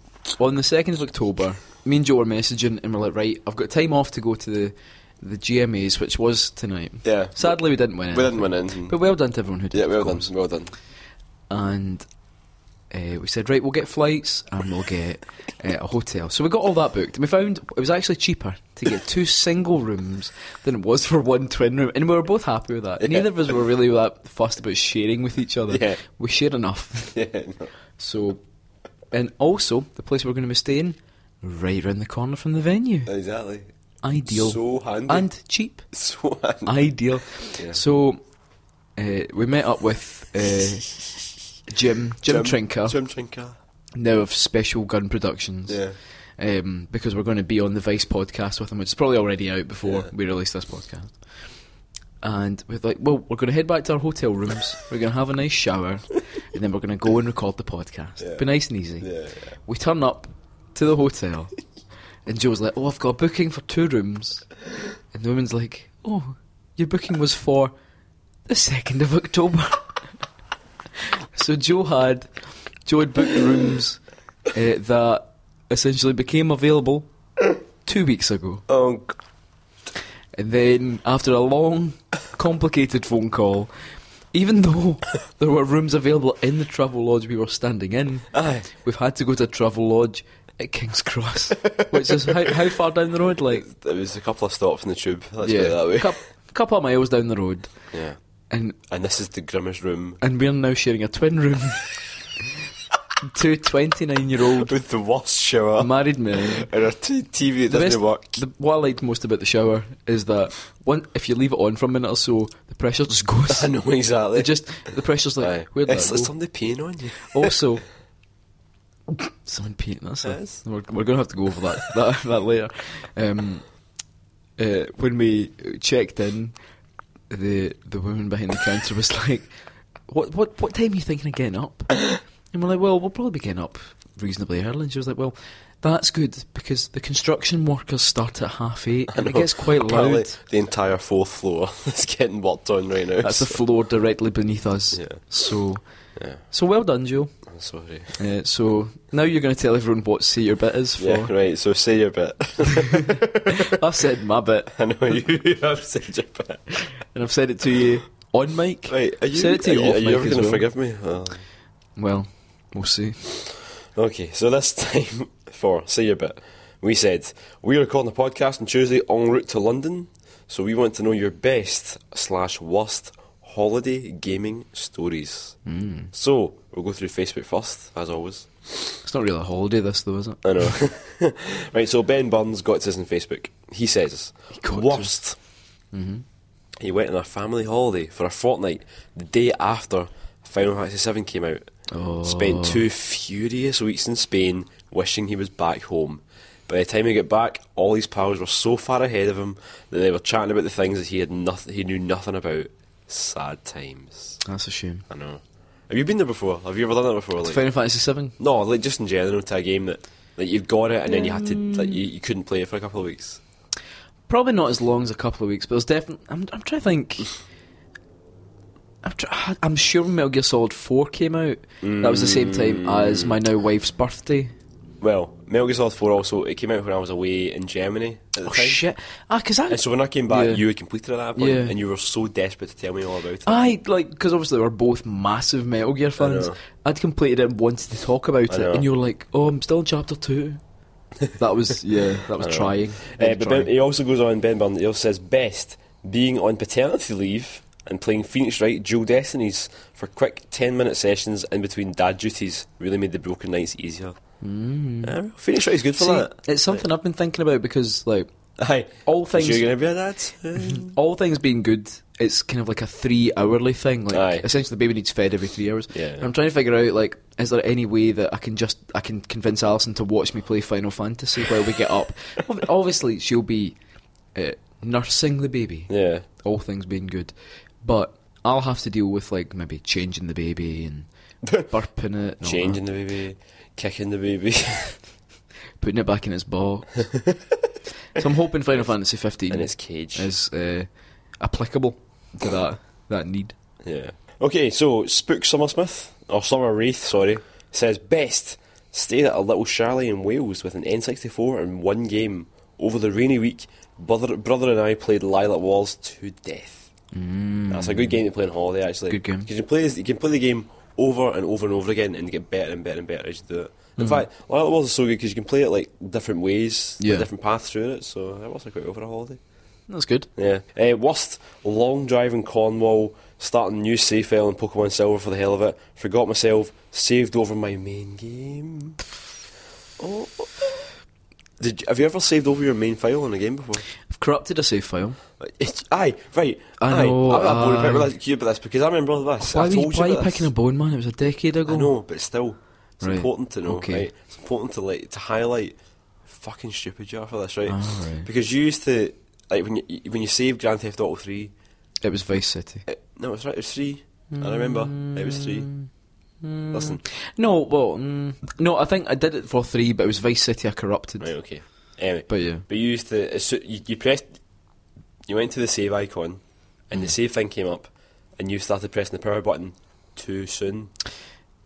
Speaker 1: on the second of October, me and Joe were messaging, and we're like, "Right, I've got time off to go to the the GMAs, which was tonight."
Speaker 3: yeah.
Speaker 1: Sadly, we didn't win.
Speaker 3: We
Speaker 1: Anything,
Speaker 3: didn't win in.
Speaker 1: But well done to everyone who did.
Speaker 3: Yeah,
Speaker 1: of
Speaker 3: well done.
Speaker 1: course.
Speaker 3: Well done. [LAUGHS]
Speaker 1: And. Uh, we said, right, we'll get flights and we'll get uh, a hotel. So we got all that booked, and we found it was actually cheaper to get
Speaker 3: [LAUGHS]
Speaker 1: two single rooms than it was for one twin room, and we were both happy with that.
Speaker 3: Yeah.
Speaker 1: Neither of us were really that fussed about sharing with each other.
Speaker 3: Yeah.
Speaker 1: We shared enough.
Speaker 3: Yeah. no.
Speaker 1: So, and also the place we we're going to be staying, right round the corner from the venue.
Speaker 3: Exactly.
Speaker 1: Ideal
Speaker 3: Uh, So handy.
Speaker 1: and cheap
Speaker 3: [LAUGHS] so handy.
Speaker 1: ideal.
Speaker 3: Yeah.
Speaker 1: So uh, we met up with uh, Jim, Jim Trinker,
Speaker 3: Jim Trinker.
Speaker 1: now of Special Gun Productions.
Speaker 3: Yeah.
Speaker 1: Um, because we're going to be on the Vice podcast with him, which is probably already out before
Speaker 3: Yeah.
Speaker 1: we release this podcast. And we're like, well, we're going to head back to our hotel rooms. we're going to have a nice shower, and then we're going to go and record the podcast.
Speaker 3: Yeah.
Speaker 1: Be nice and easy.
Speaker 3: Yeah.
Speaker 1: We turn up to the hotel, and Joe's like, "Oh, I've got a booking for two rooms," and the woman's like, "Oh, your booking was for the second of October." [LAUGHS] so Joe had Joe had booked rooms uh, that essentially became available two weeks ago,
Speaker 3: Oh, g-
Speaker 1: and then after a long, complicated phone call. Even though [LAUGHS] there were rooms available in the travel lodge we were standing in,
Speaker 3: aye.
Speaker 1: We've had to go to Travel Lodge at King's Cross, [LAUGHS] which is how, how far down the road? Like,
Speaker 3: There was a couple of stops in the tube. Let's put it that way.
Speaker 1: Cup, couple of miles down the road,
Speaker 3: Yeah.
Speaker 1: and
Speaker 3: And this is the grimmest room
Speaker 1: and we're now sharing a twin room. [LAUGHS] Two 29 year old
Speaker 3: [LAUGHS] with the worst shower
Speaker 1: married men.
Speaker 3: and a t- TV
Speaker 1: The
Speaker 3: that Oh. doesn't
Speaker 1: best-
Speaker 3: work.
Speaker 1: the- what I liked most about the shower is that one, if you leave it on for a minute or so, the pressure [LAUGHS] just goes.
Speaker 3: [LAUGHS] I know exactly.
Speaker 1: It just the pressure's like
Speaker 3: Aye.
Speaker 1: where'd that
Speaker 3: it's
Speaker 1: go?
Speaker 3: like somebody peeing on you.
Speaker 1: [LAUGHS] Also, someone peeing. That's it.
Speaker 3: Yes.
Speaker 1: We're, we're going to have to go over that [LAUGHS] that, that later. Um, uh, when we checked in, the the woman behind the counter was like, "What what what time are you thinking of getting up?" And we're like, "Well, we'll probably be getting up reasonably early." And she was like, "Well." That's good because the construction workers start at half
Speaker 3: [LAUGHS]
Speaker 1: eight and it
Speaker 3: No,
Speaker 1: gets quite
Speaker 3: apparently
Speaker 1: loud.
Speaker 3: The entire fourth floor [LAUGHS] is getting worked on right now.
Speaker 1: That's the floor directly beneath us.
Speaker 3: Yeah.
Speaker 1: So,
Speaker 3: yeah,
Speaker 1: so well done, Joe.
Speaker 3: I'm sorry.
Speaker 1: Uh, so now you're going to tell everyone what say your bit is for.
Speaker 3: Yeah, right. So say your bit.
Speaker 1: I've said my bit,
Speaker 3: I know [LAUGHS] you have said your bit.
Speaker 1: and I've said it to you on mic.
Speaker 3: Right, are you,
Speaker 1: Said it to
Speaker 3: are
Speaker 1: you
Speaker 3: you,
Speaker 1: off
Speaker 3: are you
Speaker 1: mic
Speaker 3: ever
Speaker 1: as
Speaker 3: going
Speaker 1: well.
Speaker 3: to forgive me? Oh.
Speaker 1: Well, we'll see.
Speaker 3: Okay, so this [LAUGHS] time for say your bit, we said we are recording a podcast on Tuesday en route to London, so we want to know your best slash worst holiday gaming stories. Mm. So we'll go through Facebook first, as always.
Speaker 1: It's not really a holiday, this though, is it?
Speaker 3: I know. [LAUGHS] right, so Ben Burns got this on Facebook. He says,
Speaker 1: got
Speaker 3: worst. He went on a family holiday for a fortnight the day after Final Fantasy VII came out. Spent two furious weeks in Spain wishing he was back home. By the time he got back, all his pals were so far ahead of him that they were chatting about the things that he had nothing, he knew nothing about. Sad times.
Speaker 1: That's a shame.
Speaker 3: I know. Have you been there before? Have you ever done that before? Like-
Speaker 1: Final Fantasy Seven.
Speaker 3: no, like just in general to a game that like you've got it and then you had to like you, you couldn't play it for a couple of weeks.
Speaker 1: Probably not as long as a couple of weeks, but there's definitely. I'm, I'm trying to think. I'm, try- I'm sure when Metal Gear Solid Four came out. That was the same time as my now wife's birthday.
Speaker 3: Well, Metal Gear Solid Four also it came out when I was away in Germany at the
Speaker 1: Oh
Speaker 3: time.
Speaker 1: shit! Ah, because I
Speaker 3: And so when I came back,
Speaker 1: Yeah.
Speaker 3: you had completed it at that point,
Speaker 1: Yeah. Ah.
Speaker 3: and you were so desperate to tell me all about it.
Speaker 1: I like because obviously we're both massive Metal Gear fans.
Speaker 3: know.
Speaker 1: I'd completed it and wanted to talk about
Speaker 3: I
Speaker 1: it,
Speaker 3: know.
Speaker 1: and you were like, "Oh, I'm still in chapter
Speaker 3: [LAUGHS]
Speaker 1: two. That was yeah, that was
Speaker 3: I know.
Speaker 1: trying.
Speaker 3: Uh,
Speaker 1: Really
Speaker 3: but
Speaker 1: trying.
Speaker 3: ben, he also goes on Ben Burn. He also says best being on paternity leave and playing Phoenix Wright Dual Destinies for quick ten minute sessions in between dad duties really made the broken nights easier. Mm. Phoenix Wright is good for
Speaker 1: See,
Speaker 3: that.
Speaker 1: it's something I've been thinking about because like
Speaker 3: Aye.
Speaker 1: all things,
Speaker 3: You're gonna be a dad. Yeah.
Speaker 1: all things being good, it's kind of like a three hourly thing. Like
Speaker 3: Aye.
Speaker 1: essentially, the baby needs fed every three hours.
Speaker 3: Yeah.
Speaker 1: And I'm trying to figure out like, is there any way that I can just I can convince Alison to watch me play Final Fantasy while we get up? Ob- Obviously, she'll be uh, nursing the baby.
Speaker 3: yeah. [LAUGHS]
Speaker 1: all things being good. But I'll have to deal with like maybe changing the baby and burping it, and all
Speaker 3: Changing the baby, kicking the baby, [LAUGHS]
Speaker 1: that, putting it back in its box. so I'm hoping Final Fantasy 15
Speaker 3: in its cage.
Speaker 1: is uh, applicable to that that need.
Speaker 3: Yeah. Okay, so Spook Summersmith, or Summer Wraith, sorry, says best stay at a little chalet in Wales with an N64 and one game. Over the rainy week, brother, brother and I played Lilac Walls to death. Mm. That's a good game to play on holiday, actually.
Speaker 1: Good game.
Speaker 3: 'Cause You can, play, this- you can play the game over and over and over again and get better and better and better as you do it.
Speaker 1: Hmm.
Speaker 3: In fact, Lilac Walls is so good because you can play it like different ways, like,
Speaker 1: Yeah.
Speaker 3: different paths through it, so that was quite over a holiday.
Speaker 1: That's good.
Speaker 3: Yeah. Uh, worst long drive in Cornwall, starting new save file in Pokemon Silver for the hell of it. Forgot myself, saved over my main game. Oh. Did you, have you ever saved over your main file in a game before?
Speaker 1: I've corrupted a save file.
Speaker 3: It's, aye, right.
Speaker 1: I
Speaker 3: aye.
Speaker 1: know,
Speaker 3: I'm not bored about
Speaker 1: aye.
Speaker 3: this, you about this because I remember this.
Speaker 1: Why,
Speaker 3: I
Speaker 1: were you,
Speaker 3: told
Speaker 1: why are
Speaker 3: you
Speaker 1: you
Speaker 3: about
Speaker 1: picking a
Speaker 3: this.
Speaker 1: bone, man? It was a decade ago.
Speaker 3: I know, but still, it's
Speaker 1: Right.
Speaker 3: important to know.
Speaker 1: Okay.
Speaker 3: Right? It's important to like to highlight fucking stupid you are for this, right?
Speaker 1: Ah, right.
Speaker 3: Because you used to like when you when you saved Grand Theft Auto Three.
Speaker 1: It was Vice City.
Speaker 3: It, no, it was right. It was three. I remember it was three.
Speaker 1: Mm.
Speaker 3: Listen,
Speaker 1: No, well, mm, no, I think I did it for three, but it was Vice City I corrupted.
Speaker 3: right, okay. Anyway, but,
Speaker 1: But yeah,
Speaker 3: you used to as soo- you, you pressed, you went to the save icon, and the save thing came up, and you started pressing the power button too soon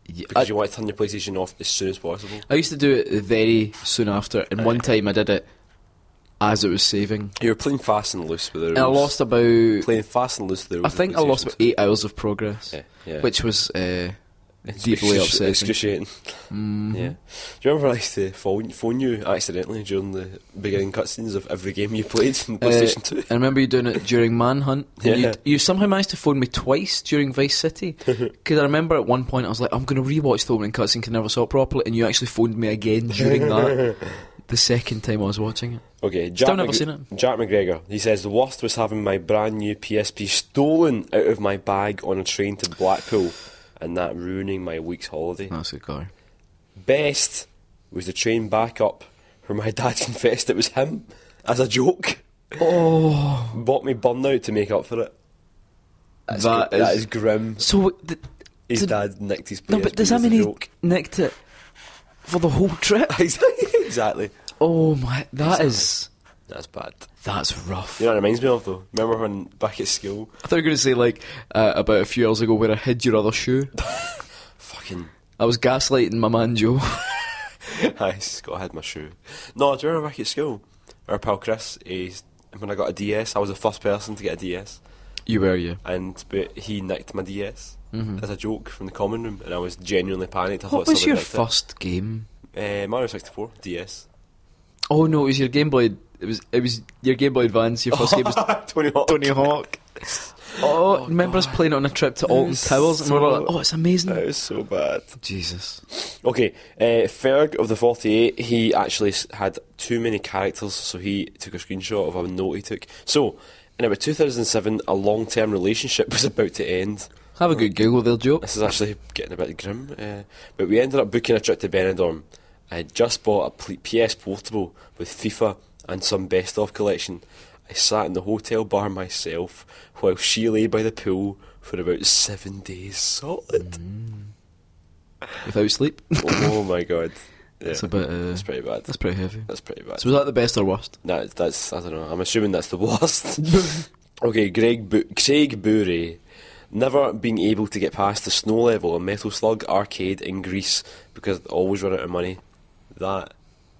Speaker 1: Yeah,
Speaker 3: because
Speaker 1: I,
Speaker 3: you wanted to turn your PlayStation off as soon as possible.
Speaker 1: I used to do it very soon after, and one time I did it as it was saving,
Speaker 3: You were playing fast and loose with the rules.
Speaker 1: and I lost about.
Speaker 3: playing fast and loose with the
Speaker 1: I
Speaker 3: rules. of
Speaker 1: think I lost
Speaker 3: PlayStation.
Speaker 1: about eight hours of progress,
Speaker 3: Yeah, yeah.
Speaker 1: which was uh,
Speaker 3: It's
Speaker 1: deeply Mm-hmm.
Speaker 3: excruci-
Speaker 1: upsetting.
Speaker 3: Excruciating. Yeah. Do you remember I used to phone, phone you accidentally during the beginning cutscenes of every game you played in [LAUGHS]
Speaker 1: Uh,
Speaker 3: PlayStation 2?
Speaker 1: I remember you doing it during Manhunt. and
Speaker 3: Yeah.
Speaker 1: You, you somehow managed to phone me twice during Vice
Speaker 3: [LAUGHS]
Speaker 1: City. Because I remember at one point I was like, I'm going to rewatch the opening cutscene because I never saw it properly. And you actually phoned me again during
Speaker 3: [LAUGHS]
Speaker 1: that, the second time I was watching it.
Speaker 3: Okay, Jack,
Speaker 1: Still never seen it.
Speaker 3: Jack McGregor. He says the worst was having my brand new PSP stolen out of my bag on a train to Blackpool, and that ruining my week's holiday.
Speaker 1: That's a good guy.
Speaker 3: Best was the train back up, where my dad [LAUGHS] confessed it was him as a joke.
Speaker 1: Oh,
Speaker 3: Bought me burnout to make up for it. That's
Speaker 1: That
Speaker 3: gr- that is grim.
Speaker 1: so. Th-
Speaker 3: His
Speaker 1: did-
Speaker 3: dad nicked his PSP.
Speaker 1: no, but does that
Speaker 3: as
Speaker 1: mean
Speaker 3: a
Speaker 1: he
Speaker 3: joke. [LAUGHS]
Speaker 1: nicked it for the whole trip?
Speaker 3: exactly?
Speaker 1: [LAUGHS] Oh my, that is.
Speaker 3: That's bad.
Speaker 1: That's rough.
Speaker 3: You know what it reminds me of though? Remember when back at school, [LAUGHS]
Speaker 1: I thought you were going to say, like, uh, about a few hours ago where I hid your other [LAUGHS] shoe.
Speaker 3: fucking
Speaker 1: I was gaslighting my man Joe. [LAUGHS]
Speaker 3: I Scott I had my shoe. No, do you remember back at school? Our pal Chris, he's, when I got a DS, I was the first person to get a DS,
Speaker 1: you were, you.
Speaker 3: and but he nicked my DS as a joke from the common room, and I was genuinely panicked. I
Speaker 1: Mm-hmm. What
Speaker 3: thought
Speaker 1: was your
Speaker 3: somebody nicked
Speaker 1: first game?
Speaker 3: it. Uh, Mario sixty four DS.
Speaker 1: Oh no, it was your Game Boy. It was it was your Game Boy Advance. Your [LAUGHS] first game was
Speaker 3: Tony Hawk.
Speaker 1: Tony Hawk. Oh, remember us playing it on a trip to Alton
Speaker 3: was
Speaker 1: Towers, and we were
Speaker 3: so-
Speaker 1: like, "Oh, it's amazing."
Speaker 3: That was so bad.
Speaker 1: Jesus.
Speaker 3: Okay, uh, Ferg of the 48, he actually s- had too many characters, so he took a screenshot of a note he took. So, in about 2007, a long term relationship [LAUGHS] was about to end.
Speaker 1: Have a good Google there, Joe.
Speaker 3: This is actually getting a bit grim, uh, but we ended up booking a trip to Benidorm. I had just bought a pl- PS Portable with FIFA and some best of collection. I sat in the hotel bar myself while she lay by the pool for about seven days solid.
Speaker 1: Without sleep,
Speaker 3: oh my god. Yeah,
Speaker 1: it's Mm. a bit. Uh,
Speaker 3: that's pretty bad.
Speaker 1: that's pretty heavy.
Speaker 3: That's pretty bad.
Speaker 1: So was that the best or worst?
Speaker 3: That, that's I don't know. I'm assuming that's the worst. [LAUGHS] okay, Greg Bo- Craig Boory. Never being able to get past the snow level in Metal Slug Arcade in Greece because they always run out of money. That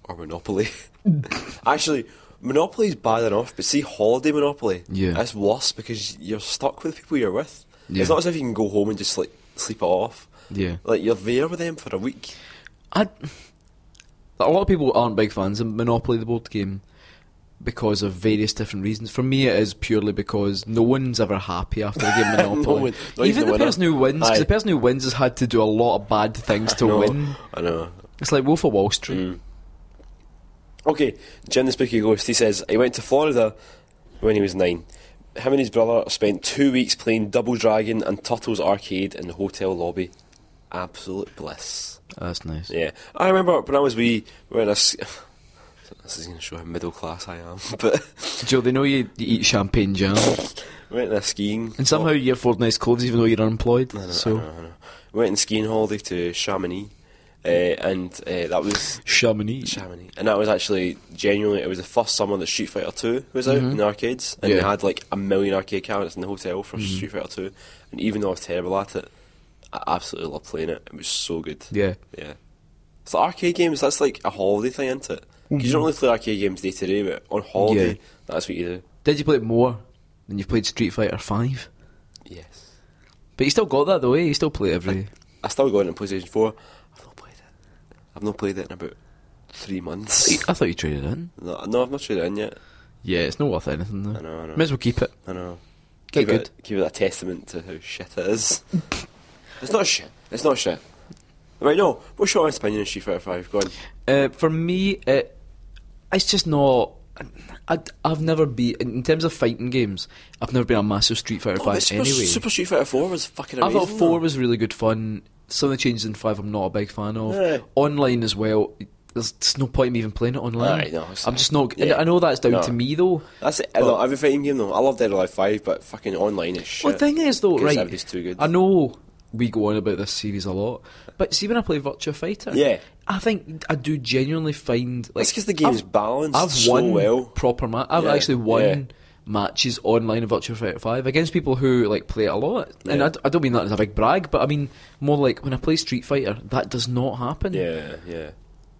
Speaker 3: or Monopoly. [LAUGHS] Actually, Monopoly is bad enough, but see Holiday Monopoly.
Speaker 1: Yeah.
Speaker 3: That's worse because you're stuck with the people you're with.
Speaker 1: Yeah.
Speaker 3: It's not as if you can go home and just like sleep it off.
Speaker 1: Yeah.
Speaker 3: Like you're there with them for a week.
Speaker 1: I. A lot of people aren't big fans of Monopoly, the board game, because of various different reasons. For me, it is purely because no one's ever happy after the game
Speaker 3: [LAUGHS] No
Speaker 1: Monopoly.
Speaker 3: one- not even
Speaker 1: even
Speaker 3: the
Speaker 1: the
Speaker 3: winner.
Speaker 1: person who wins, 'cause
Speaker 3: Aye.
Speaker 1: the person who wins has had to do a lot of bad things to
Speaker 3: I know, Mm.
Speaker 1: win.
Speaker 3: I know.
Speaker 1: It's like Wolf of Wall Street.
Speaker 3: Okay, Jim the Spooky Ghost, he says he went to Florida when he was nine. Him and his brother spent two weeks playing Double Dragon and Turtles Arcade in the hotel lobby. Absolute bliss.
Speaker 1: Ah, That's nice.
Speaker 3: Yeah. I remember when I was wee, we were in a, s- [LAUGHS] This is going to show how middle class I am. [LAUGHS] But
Speaker 1: Joe, they know you, you eat champagne jam,
Speaker 3: went on a skiing.
Speaker 1: and somehow you afford nice clothes even though you're unemployed.
Speaker 3: I know, I
Speaker 1: so
Speaker 3: know, I know. went on skiing holiday to Chamonix, uh, and uh, that was
Speaker 1: Chamonix.
Speaker 3: Chamonix, and that was actually genuinely it was the first summer that Street Fighter Two was out in the arcades, and they
Speaker 1: Yeah.
Speaker 3: had like a million arcade cabinets in the hotel for Street Fighter Two, and even though I was terrible at it, I absolutely loved playing it. It was so good.
Speaker 1: Yeah.
Speaker 3: yeah. So arcade games, that's like a holiday thing, isn't it? 'Cause you don't really play arcade games day to day, but on holiday,
Speaker 1: Yeah.
Speaker 3: that's what you do.
Speaker 1: Did you play it more than you played Street Fighter Five?
Speaker 3: Yes.
Speaker 1: But you still got that though, eh? You still play it every.
Speaker 3: I still got it on PlayStation 4. I've not played it. I've not played it in about three months.
Speaker 1: I thought you traded it in.
Speaker 3: no, no, I've not tried it in yet.
Speaker 1: Yeah, it's not worth anything though.
Speaker 3: I know, I know.
Speaker 1: May as well keep it.
Speaker 3: I know.
Speaker 1: Get
Speaker 3: Keep it, keep it a testament to how shit it is. it's not shit. It's not shit. Right, no. What's your honest opinion on Street Fighter 5? Go on.
Speaker 1: Uh, for me, it, it's just not. I, have never been in terms of fighting games. I've never been a massive Street Fighter
Speaker 3: Oh,
Speaker 1: Fan
Speaker 3: but Super,
Speaker 1: anyway.
Speaker 3: Super Street Fighter 4 was fucking
Speaker 1: I
Speaker 3: amazing.
Speaker 1: thought four
Speaker 3: though.
Speaker 1: was really good fun. Some of the changes in five, I'm not a big fan of.
Speaker 3: Yeah.
Speaker 1: Online as well. There's, there's no point in me even playing it online.
Speaker 3: Aye, no, it's-
Speaker 1: I'm just not.
Speaker 3: yeah.
Speaker 1: I know that's down
Speaker 3: No.
Speaker 1: to me though.
Speaker 3: That's it. I know, every fighting game, though. I love Dead or Alive 5, but fucking online is shit.
Speaker 1: Well, the thing is though,
Speaker 3: Because
Speaker 1: right?
Speaker 3: everybody's too good.
Speaker 1: I know we go on about this series a lot, but see when I play Virtua Fighter,
Speaker 3: Yeah.
Speaker 1: I think I do genuinely find like
Speaker 3: That's 'cause the game's
Speaker 1: I've-
Speaker 3: balanced
Speaker 1: I've
Speaker 3: so
Speaker 1: won
Speaker 3: well.
Speaker 1: proper ma- I've
Speaker 3: Yeah,
Speaker 1: actually won.
Speaker 3: yeah.
Speaker 1: Matches online in Virtua Fighter 5 against people who like play it a lot, and
Speaker 3: Yeah.
Speaker 1: I, d- I don't mean that as a big brag, but I mean more like when I play Street Fighter, that does not happen.
Speaker 3: Yeah, yeah.